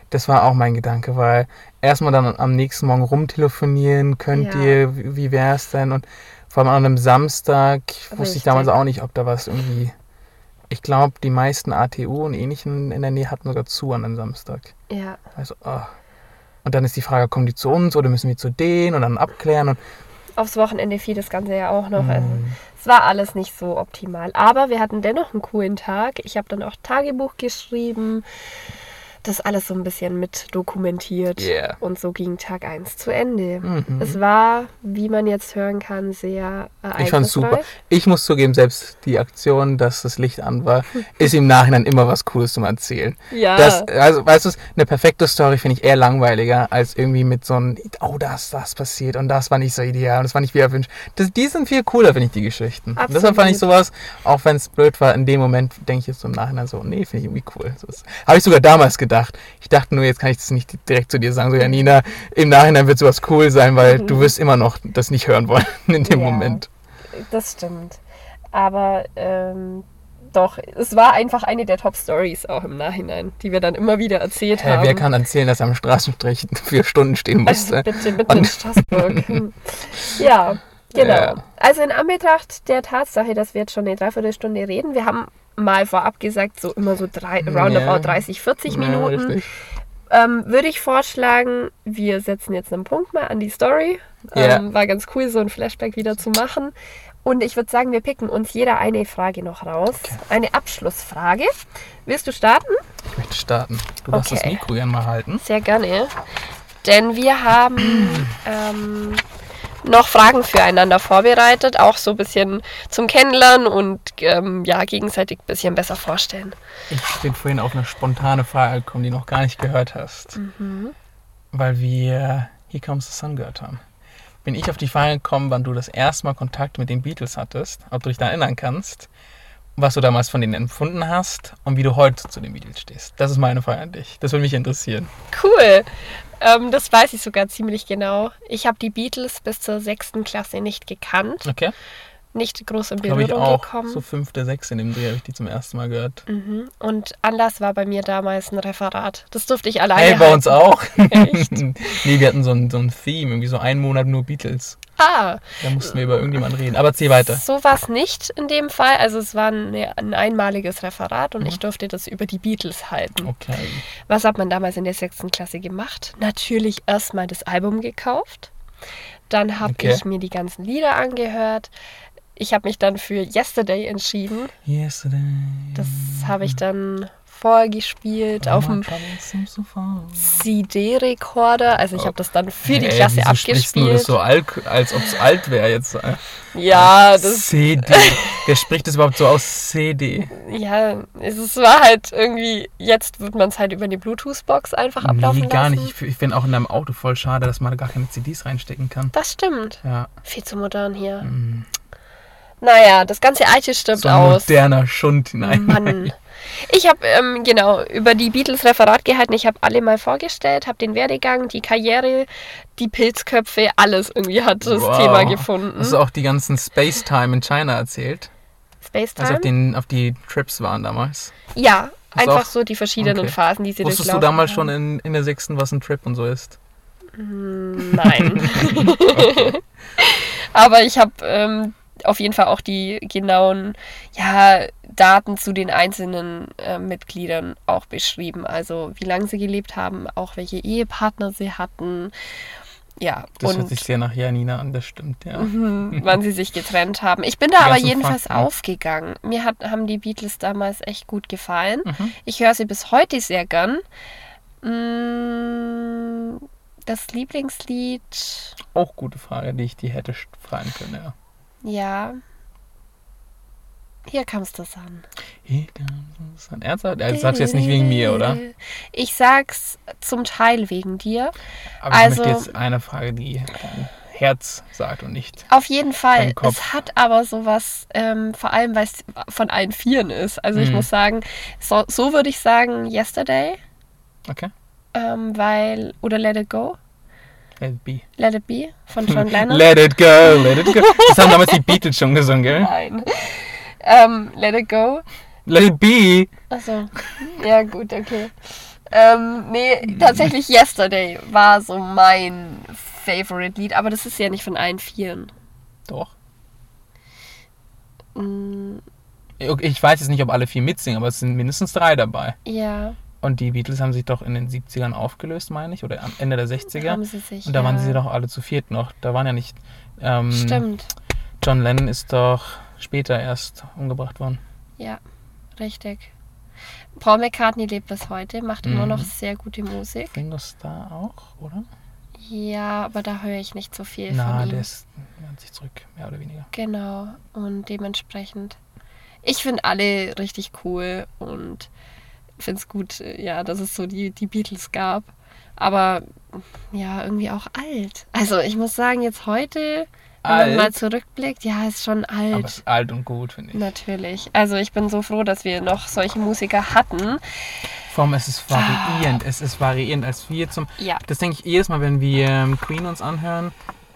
Das war auch mein Gedanke, weil erstmal dann am nächsten Morgen rumtelefonieren könnt
Ja.
ihr, wie wie wär's denn? Und vor allem an einem Samstag wusste ich
Richtig.
damals auch nicht, ob da was irgendwie. Ich glaube, die meisten ATU und ähnlichen in der Nähe hatten sogar zu an einem Samstag.
stark. Ja.
Also, ah. Und dann ist die Frage, kommen die zu uns oder müssen wir zu denen und dann abklären? Und
aufs Wochenende fiel das Ganze ja auch noch. Also,
Mhm.
es war alles nicht so optimal. Aber wir hatten dennoch einen coolen Tag. Ich habe dann auch Tagebuch geschrieben, das alles so ein bisschen mit dokumentiert.
Yeah.
Und so ging Tag 1 zu Ende.
Mhm.
Es war, wie man jetzt hören kann, sehr äh, ereignisreich.
Ich fand's super. Ich muss zugeben, selbst die Aktion, dass das Licht an war, ist im Nachhinein immer was Cooles zum Erzählen.
Ja,
Das, also, weißt du, eine perfekte Story finde ich eher langweiliger, als irgendwie mit so einem, oh, das, das passiert und das war nicht so ideal und das war nicht wie erwünscht. Das, die sind viel cooler, finde ich, die Geschichten. Und Deshalb fand ich sowas, auch wenn es blöd war, in dem Moment denke ich jetzt so im Nachhinein so, nee, finde ich irgendwie cool. Habe ich sogar damals gedacht. Ich dachte nur, jetzt kann ich das nicht direkt zu dir sagen, so, Janina, im Nachhinein wird sowas cool sein, weil du wirst immer noch das nicht hören wollen in dem
Mhm. Ja.
Moment.
das stimmt. Aber ähm, doch, es war einfach eine der Top-Stories auch im Nachhinein, die wir dann immer wieder erzählt
Hä,
haben.
wer kann erzählen, dass er am Straßenstrich vier Stunden stehen musste?
Also Bitte, bitte in
Und-
Straßburg. Hm. ja, genau.
Ja.
Also in Anbetracht der Tatsache, dass wir jetzt schon eine Dreiviertelstunde reden, wir haben mal vorab gesagt, so immer so drei, roundabout
Ja.
30, 40
Ja,
Minuten,
richtig.
ähm, würde ich vorschlagen, wir setzen jetzt einen Punkt mal an die Story.
Ja.
Ähm, war ganz cool, so ein Flashback wieder zu machen. Und ich würde sagen, wir picken uns jeder eine Frage noch raus. Eine Abschlussfrage. Willst du starten?
Ich möchte starten. Du darfst das
Okay.
Mikro gerne mal halten.
Sehr gerne. Denn wir haben ähm, noch Fragen füreinander vorbereitet, auch so ein bisschen zum Kennenlernen und ähm, ja, gegenseitig ein bisschen besser vorstellen.
Ich bin vorhin auf eine spontane Frage gekommen, die du noch gar nicht gehört hast.
Mhm.
Weil wir Here Comes the Sun gehört haben. Bin ich auf die Frage gekommen, wann du das erste Mal Kontakt mit den Beatles hattest, ob du dich da erinnern kannst, was du damals von denen empfunden hast und wie du heute zu den Beatles stehst. Das ist meine Frage an dich. Das würde mich interessieren.
Cool. Ähm, das weiß ich sogar ziemlich genau. Ich habe die Beatles bis zur sechsten Klasse nicht gekannt,
Okay.
nicht groß in
Glaube
Berührung
ich auch.
gekommen.
So fünfte, sechste in dem Dreh habe ich die zum ersten Mal gehört.
Mhm. Und Anlass war bei mir damals ein Referat. Das durfte ich alleine.
Hey, bei uns auch.
Ah, Echt?
nee, wir hatten so ein, so ein Theme, irgendwie so einen Monat nur Beatles.
Ah,
Da mussten wir über irgendjemanden reden. Aber zieh weiter.
So war es nicht in dem Fall. Also es war ein, ein einmaliges Referat und ich durfte das über die Beatles halten.
Mhm. Okay.
Was hat man damals in der sechsten Klasse gemacht? Natürlich erstmal das Album gekauft. Dann habe
Okay.
ich mir die ganzen Lieder angehört. Ich habe mich dann für Yesterday entschieden.
Yesterday.
Das
Mhm.
habe ich dann
Oh
vorgespielt auf dem CD-Rekorder. Also ich
Oh.
habe das dann für die Klasse
Du
abgespielt.
das so alt, als ob es alt wäre jetzt.
ja, das
CD. Wer spricht das überhaupt so aus? CD.
Ja, es es war halt irgendwie, jetzt wird man es halt über die Bluetooth-Box einfach ablaufen
Nee, gar
lassen.
nicht. Ich, ich finde auch in deinem Auto voll schade, dass man da gar keine CDs reinstecken kann.
Das stimmt.
Ja.
Viel zu modern hier.
Mm.
Naja, das ganze Alte stirbt
So ein
aus.
moderner Schund hinein.
Mann. Ich habe, ähm, genau, über die Beatles Referat gehalten. Ich habe alle mal vorgestellt, habe den Werdegang, die Karriere, die Pilzköpfe, alles irgendwie hat das
Wow.
Thema gefunden.
Hast du auch die ganzen Space Time in China erzählt?
Space
Als auf
Time?
den, auf die Trips waren damals.
Ja,
Hast du
einfach
auch-
so die verschiedenen
Okay.
Phasen, die sie
Wusstest du
durchlaufen
damals
haben.
schon in, in der sechsten, was ein Trip und so ist?
Nein. Aber ich habe ähm, auf jeden Fall auch die genauen ja, Daten zu den einzelnen äh, Mitgliedern auch beschrieben. Also wie lange sie gelebt haben, auch welche Ehepartner sie hatten. Ja,
Das
und
hört sich sehr nach Janina an, das stimmt, ja.
Mhm, wann sie sich getrennt haben. Ich bin da aber
ganzen
jedenfalls
Fakten.
aufgegangen. Mir hat, haben die Beatles damals echt gut gefallen.
Mhm.
Ich höre sie bis heute sehr gern. Mm, Das Lieblingslied,
Auch gute Frage, die ich die hätte sch- fragen können, ja.
ja. Hier kommst du an.
Hier kommt's an. Ernsthaft? Ja, äh, Das sagst du Also jetzt nicht wegen mir, oder?
Ich sag's zum Teil wegen dir.
Aber
Also-
ich möchte jetzt eine Frage, die dein Herz sagt und nicht.
Auf jeden Fall.
Dein Kopf.
Es hat aber sowas, ähm, vor allem weil es von allen Vieren ist. Also ich
Mhm.
muss sagen, so, so würde ich sagen, Yesterday,
Okay?
ähm, weil, oder Let It Go,
Let it be. Hm.
Let It Be von John Lennon.
Let it go, let it go. Das haben damals die Beatles schon gesungen, gell?
Nein. Ähm, let It Go.
Let it be.
Achso. Ja, gut, okay. Ähm, nee, tatsächlich Yesterday war so mein Favorite Lied, aber das ist ja nicht von allen Vieren.
Doch.
Mm,
Okay, Ich weiß jetzt nicht, ob alle vier mitsingen, aber es sind mindestens drei dabei.
ja,
Und die Beatles haben sich doch in den 70ern aufgelöst, meine ich, oder am Ende der 60er.
haben sie sich.
Und da waren
ja.
sie doch alle zu viert noch. Da waren ja nicht. Ähm,
Stimmt,
John Lennon ist doch später erst umgebracht worden.
ja, richtig. Paul McCartney lebt bis heute, macht immer
Mhm.
noch sehr gute Musik.
Ringo Starr auch, oder?
Ja, aber da höre ich nicht so viel
Na,
von ihm.
der ist der hat sich zurück, mehr oder weniger.
Genau, und dementsprechend. Ich finde alle richtig cool und finde es gut, äh, ja, dass es so die, die Beatles gab. Aber ja, irgendwie auch alt. Also ich muss sagen, jetzt heute, wenn man mal
Alt,
zurückblickt, ja, ist schon
aber
alt.
ist alt und gut, finde ich.
Natürlich. Also ich bin so froh, dass wir noch solche Musiker hatten.
Vor allem, es ist variierend.
Ah.
Es ist variierend, als wir zum.
Ja,
Das denke ich eh jedes Mal, wenn wir ähm, Queen uns anhören.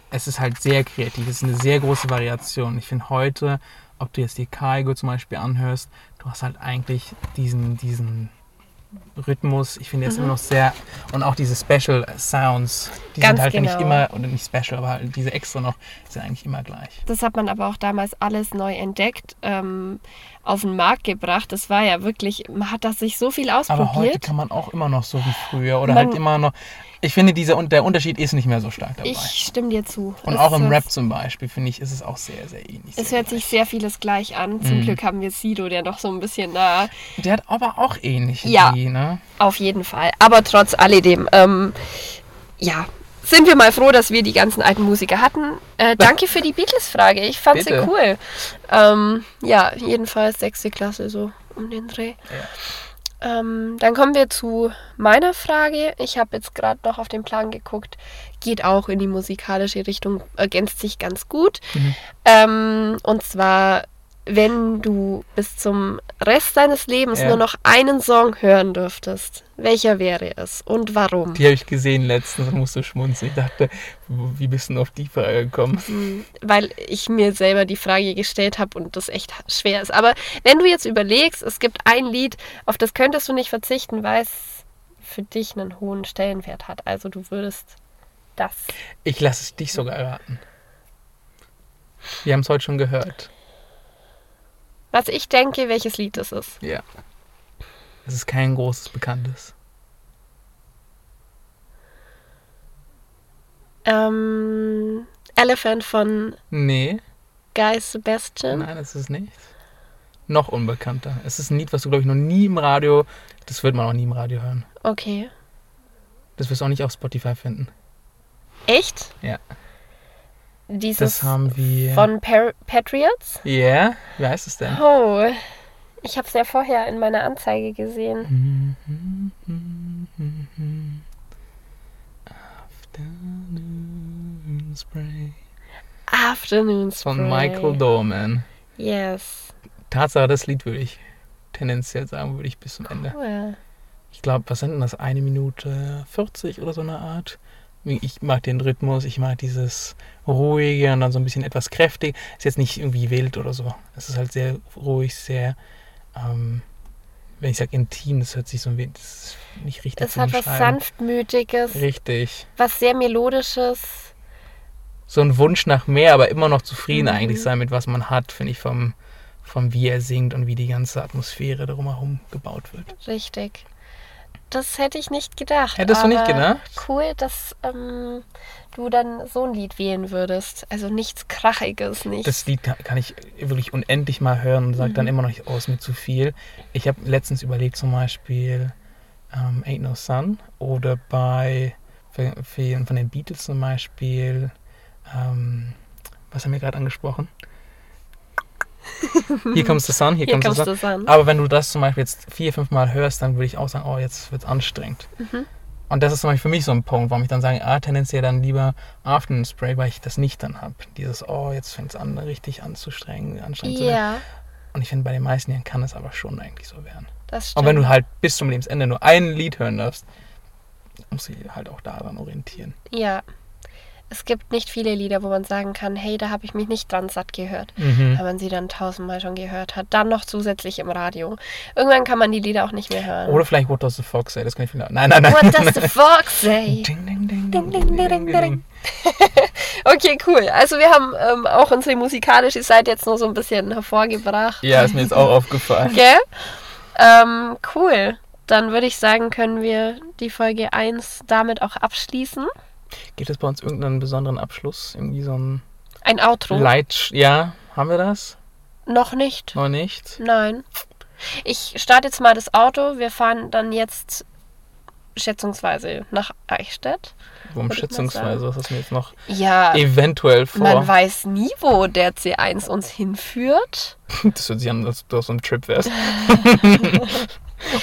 Es ist halt sehr kreativ. Es ist eine sehr große Variation. Ich finde heute, ob du jetzt die Kaigo zum Beispiel anhörst, du hast halt eigentlich diesen, diesen Rhythmus. Ich finde, der ist
Mhm.
immer noch sehr. Und auch diese Special Sounds, die
Ganz
sind halt
genau.
nicht immer, oder nicht special, aber halt diese extra noch, sind eigentlich immer gleich.
das hat man aber auch damals alles neu entdeckt, ähm, auf den Markt gebracht. Das war ja wirklich, man hat das sich so viel ausprobiert.
Aber heute kann man auch immer noch so wie früher oder
Man-
halt immer noch. Ich finde, dieser, und der Unterschied ist nicht mehr so stark dabei.
Ich stimme dir zu.
und
Es
auch im
hört-
Rap zum Beispiel, finde ich, ist es auch sehr, sehr ähnlich.
Es
sehr
hört sich sehr vieles gleich an. Zum
Mhm.
Glück haben wir Sido, der noch so ein bisschen nah.
Der hat aber auch ähnliche
Ja.
Ideen, ne?
Auf jeden Fall. Aber trotz alledem, ähm, ja, sind wir mal froh, dass wir die ganzen alten Musiker hatten. Äh, danke für die Beatles-Frage. Ich fand sie
Bitte.
cool. Ähm, ja, jedenfalls sechste Klasse so um den Dreh. Ähm, dann kommen wir zu meiner Frage. Ich habe jetzt gerade noch auf den Plan geguckt. Geht auch in die musikalische Richtung, ergänzt sich ganz gut.
Mhm.
Ähm, und zwar, wenn du bis zum Rest deines Lebens
Ja.
nur noch einen Song hören dürftest, welcher wäre es und warum?
Die habe ich gesehen letztens und musste schmunzeln. Ich dachte, wo- wie bist du denn auf die Frage gekommen?
Hm, Weil ich mir selber die Frage gestellt habe und das echt schwer ist. Aber wenn du jetzt überlegst, es gibt ein Lied, auf das könntest du nicht verzichten, weil es für dich einen hohen Stellenwert hat. Also du würdest das.
Ich lasse es dich sogar erraten. Wir haben es heute schon gehört.
Was ich denke, welches Lied es ist.
Ja. Es ist kein großes Bekanntes.
Ähm, Elephant von
Nee,
Guy Sebastian.
nein, es ist nicht. Noch unbekannter. Es ist ein Lied, was du, glaube ich, noch nie im Radio. Das wird man auch nie im Radio hören.
Okay.
Das wirst du auch nicht auf Spotify finden.
Echt?
Ja.
Dieses
Das haben wir.
von Par Patriots?
Ja? Wie heißt es denn?
Oh, ich habe es ja vorher in meiner Anzeige gesehen.
Afternoon Spray.
Afternoon Spray.
Von Michael Dorman.
Yes.
Tatsache, das Lied würde ich tendenziell sagen, würde ich bis zum Ende.
Cool.
Ich glaube, was sind denn das? Eine Minute 40 oder so eine Art? Ich mag den Rhythmus, ich mag dieses ruhige und dann so ein bisschen etwas kräftig. Ist jetzt nicht irgendwie wild oder so. Es ist halt sehr ruhig, sehr, ähm, wenn ich sage intim, das hört sich so ein wenig, das ist nicht richtig
Es
zu
hat was
beschreiben.
Sanftmütiges,
Richtig.
was sehr Melodisches.
So ein Wunsch nach mehr, aber immer noch zufrieden
Mhm.
eigentlich sein mit was man hat, finde ich, vom, vom wie er singt und wie die ganze Atmosphäre drumherum gebaut wird.
Richtig. das hätte ich nicht gedacht.
Hättest du nicht
aber
gedacht?
Cool, dass ähm, du dann so ein Lied wählen würdest. Also nichts Krachiges, nicht.
Das Lied kann, kann ich wirklich unendlich mal hören und sage dann immer noch, nicht, oh, ist mir zu viel. Ich habe letztens überlegt, zum Beispiel ähm, Ain't No Sun oder bei für, für jemanden von den Beatles zum Beispiel, ähm, was haben wir gerade angesprochen? Hier kommt the Sun, hier,
Hier
kommt the
kommst
Sun.
du an.
Aber wenn du das zum Beispiel jetzt vier, fünf Mal hörst, dann würde ich auch sagen, oh, jetzt wird es anstrengend.
Mhm.
Und das ist zum Beispiel für mich so ein Punkt, warum ich dann sage, ah, tendenziell dann lieber Afternoon Spray, weil ich das nicht dann habe. Dieses, oh, jetzt fängt es an, richtig anzustrengen, anstrengend zu werden.
Ja,
Und ich finde, bei den meisten Jahren kann es aber schon eigentlich so werden.
das stimmt.
Und wenn du halt bis zum Lebensende nur ein Lied hören darfst, musst du dich halt auch daran orientieren.
ja. Es gibt nicht viele Lieder, wo man sagen kann, hey, da habe ich mich nicht dran satt gehört.
Mhm.
Wenn man sie dann tausendmal schon gehört hat. Dann noch zusätzlich im Radio. Irgendwann kann man die Lieder auch nicht mehr hören.
Oder vielleicht What Does the Fox Say, das kann ich vielleicht. Nein, nein, nein.
What does the fox say?
Ding, ding,
Ding,
ding, ding,
ding, ding,
ding,
ding. Okay, cool. Also wir haben ähm, auch unsere musikalische Seite jetzt nur so ein bisschen hervorgebracht.
Ja, ist mir jetzt auch aufgefallen.
Gell? Ähm, cool. Dann würde ich sagen, können wir die Folge 1 damit auch abschließen.
Gibt es bei uns irgendeinen besonderen Abschluss? Irgendwie so ein
Ein Outro.
Leit... Ja, haben wir das?
Noch nicht.
Noch nicht?
Nein. Ich starte jetzt mal das Auto. Wir fahren dann jetzt schätzungsweise nach Eichstätt. Würde ich
Warum
mal Äh,
schätzungsweise? Was hast du mir jetzt noch
Ja,
eventuell vor?
man weiß nie, wo der C1 uns hinführt.
Das hört sich an, als ob du auf so einem Trip wärst.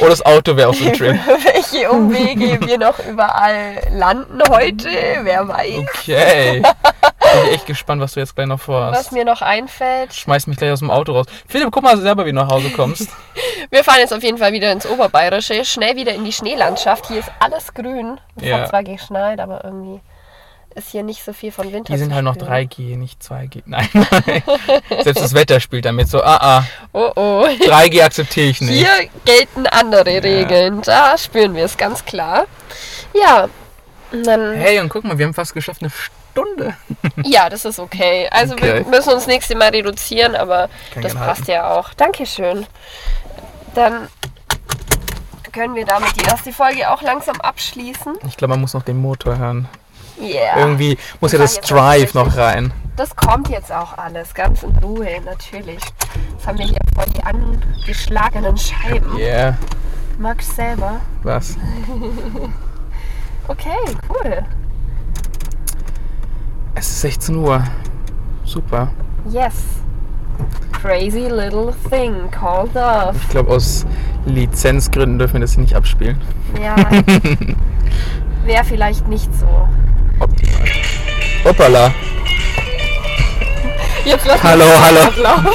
Oder das Auto wäre auf so einem Trip.
Welche Umwege wir noch überall landen heute, wer weiß.
Okay. Bin ich echt gespannt, was du jetzt gleich noch
Was
vorhast.
mir noch einfällt.
Schmeiß mich gleich aus dem Auto raus. Philipp, guck mal selber, wie du nach Hause kommst.
Wir fahren jetzt auf jeden Fall wieder ins Oberbayerische, schnell wieder in die Schneelandschaft. Hier ist alles grün. Es
Ja.
hat zwar geschneit, aber irgendwie ist hier nicht so viel von Winter.
Die sind
zu
halt noch
spüren.
3G, nicht 2G. Nein. Selbst das Wetter spielt damit so, ah, ah,
Oh oh.
3G akzeptiere ich nicht.
Hier gelten andere Regeln. Da spüren wir es ganz klar. Ja. Und Dann,
Hey, und guck mal, wir haben fast geschafft eine Stunde.
Ja, das ist okay. Also
Okay.
wir müssen uns nächste Mal reduzieren, aber
Kann
das
gerne
passt ja auch. Dankeschön. Dann können wir damit die erste Folge auch langsam abschließen.
Ich glaube, man muss noch den Motor hören.
Yeah.
Irgendwie muss ja
war
das
Ah, jetzt
Drive
tatsächlich-
noch rein.
Das kommt jetzt auch alles ganz in Ruhe, natürlich. Jetzt haben wir hier voll die angeschlagenen Scheiben.
Yeah,
Magst selber.
was?
Okay, cool.
Es ist 16 Uhr. Super.
Yes. Crazy little thing called love.
Ich glaube, aus Lizenzgründen dürfen wir das hier nicht abspielen.
Ja. Wäre vielleicht nicht so.
Optimal. Hoppala.
Jetzt lass
Hallo, hallo.
laufen.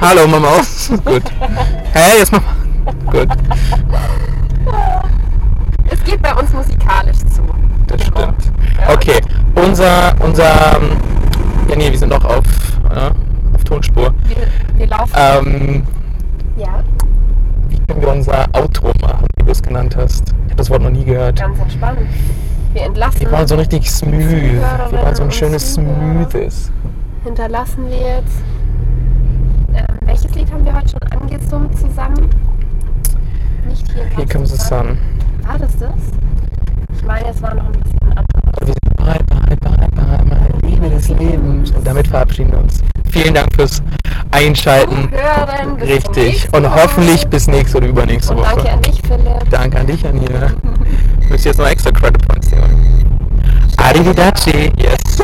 Hallo, Mama. Gut. Hey, jetzt Mama. Gut,
Es geht bei uns musikalisch zu.
das stimmt. Okay, unser, unser, ähm, ja nee, wir sind noch auf, äh, auf Tonspur.
Wir, wir laufen.
Ähm,
Ja,
wie können wir unser Outro machen, wie du es genannt hast? Ich habe das Wort noch nie gehört.
ganz entspannt. Wir entlassen.
Wir wollen so richtig smooth. Wir wollen so ein schönes smoothes.
Hinterlassen wir jetzt. Ähm, welches Lied haben wir heute schon angesummt zusammen? Nicht hier.
Hier kommt the sun.
War das das? Ich meine, es war noch ein bisschen anders.
Und wir sind bereit, bereit, bereit, bereit, bereit. Liebe des Lebens. Und damit verabschieden wir uns. Vielen Dank fürs Einschalten.
Hören. bis zum
Hm, Richtig.
nächsten
Und
Mal.
hoffentlich bis nächste oder übernächste
Und Danke
Woche.
an dich, Philipp.
Danke an dich, Anina. Du musst jetzt noch extra Credit Points nehmen. Arrivederci. Yes.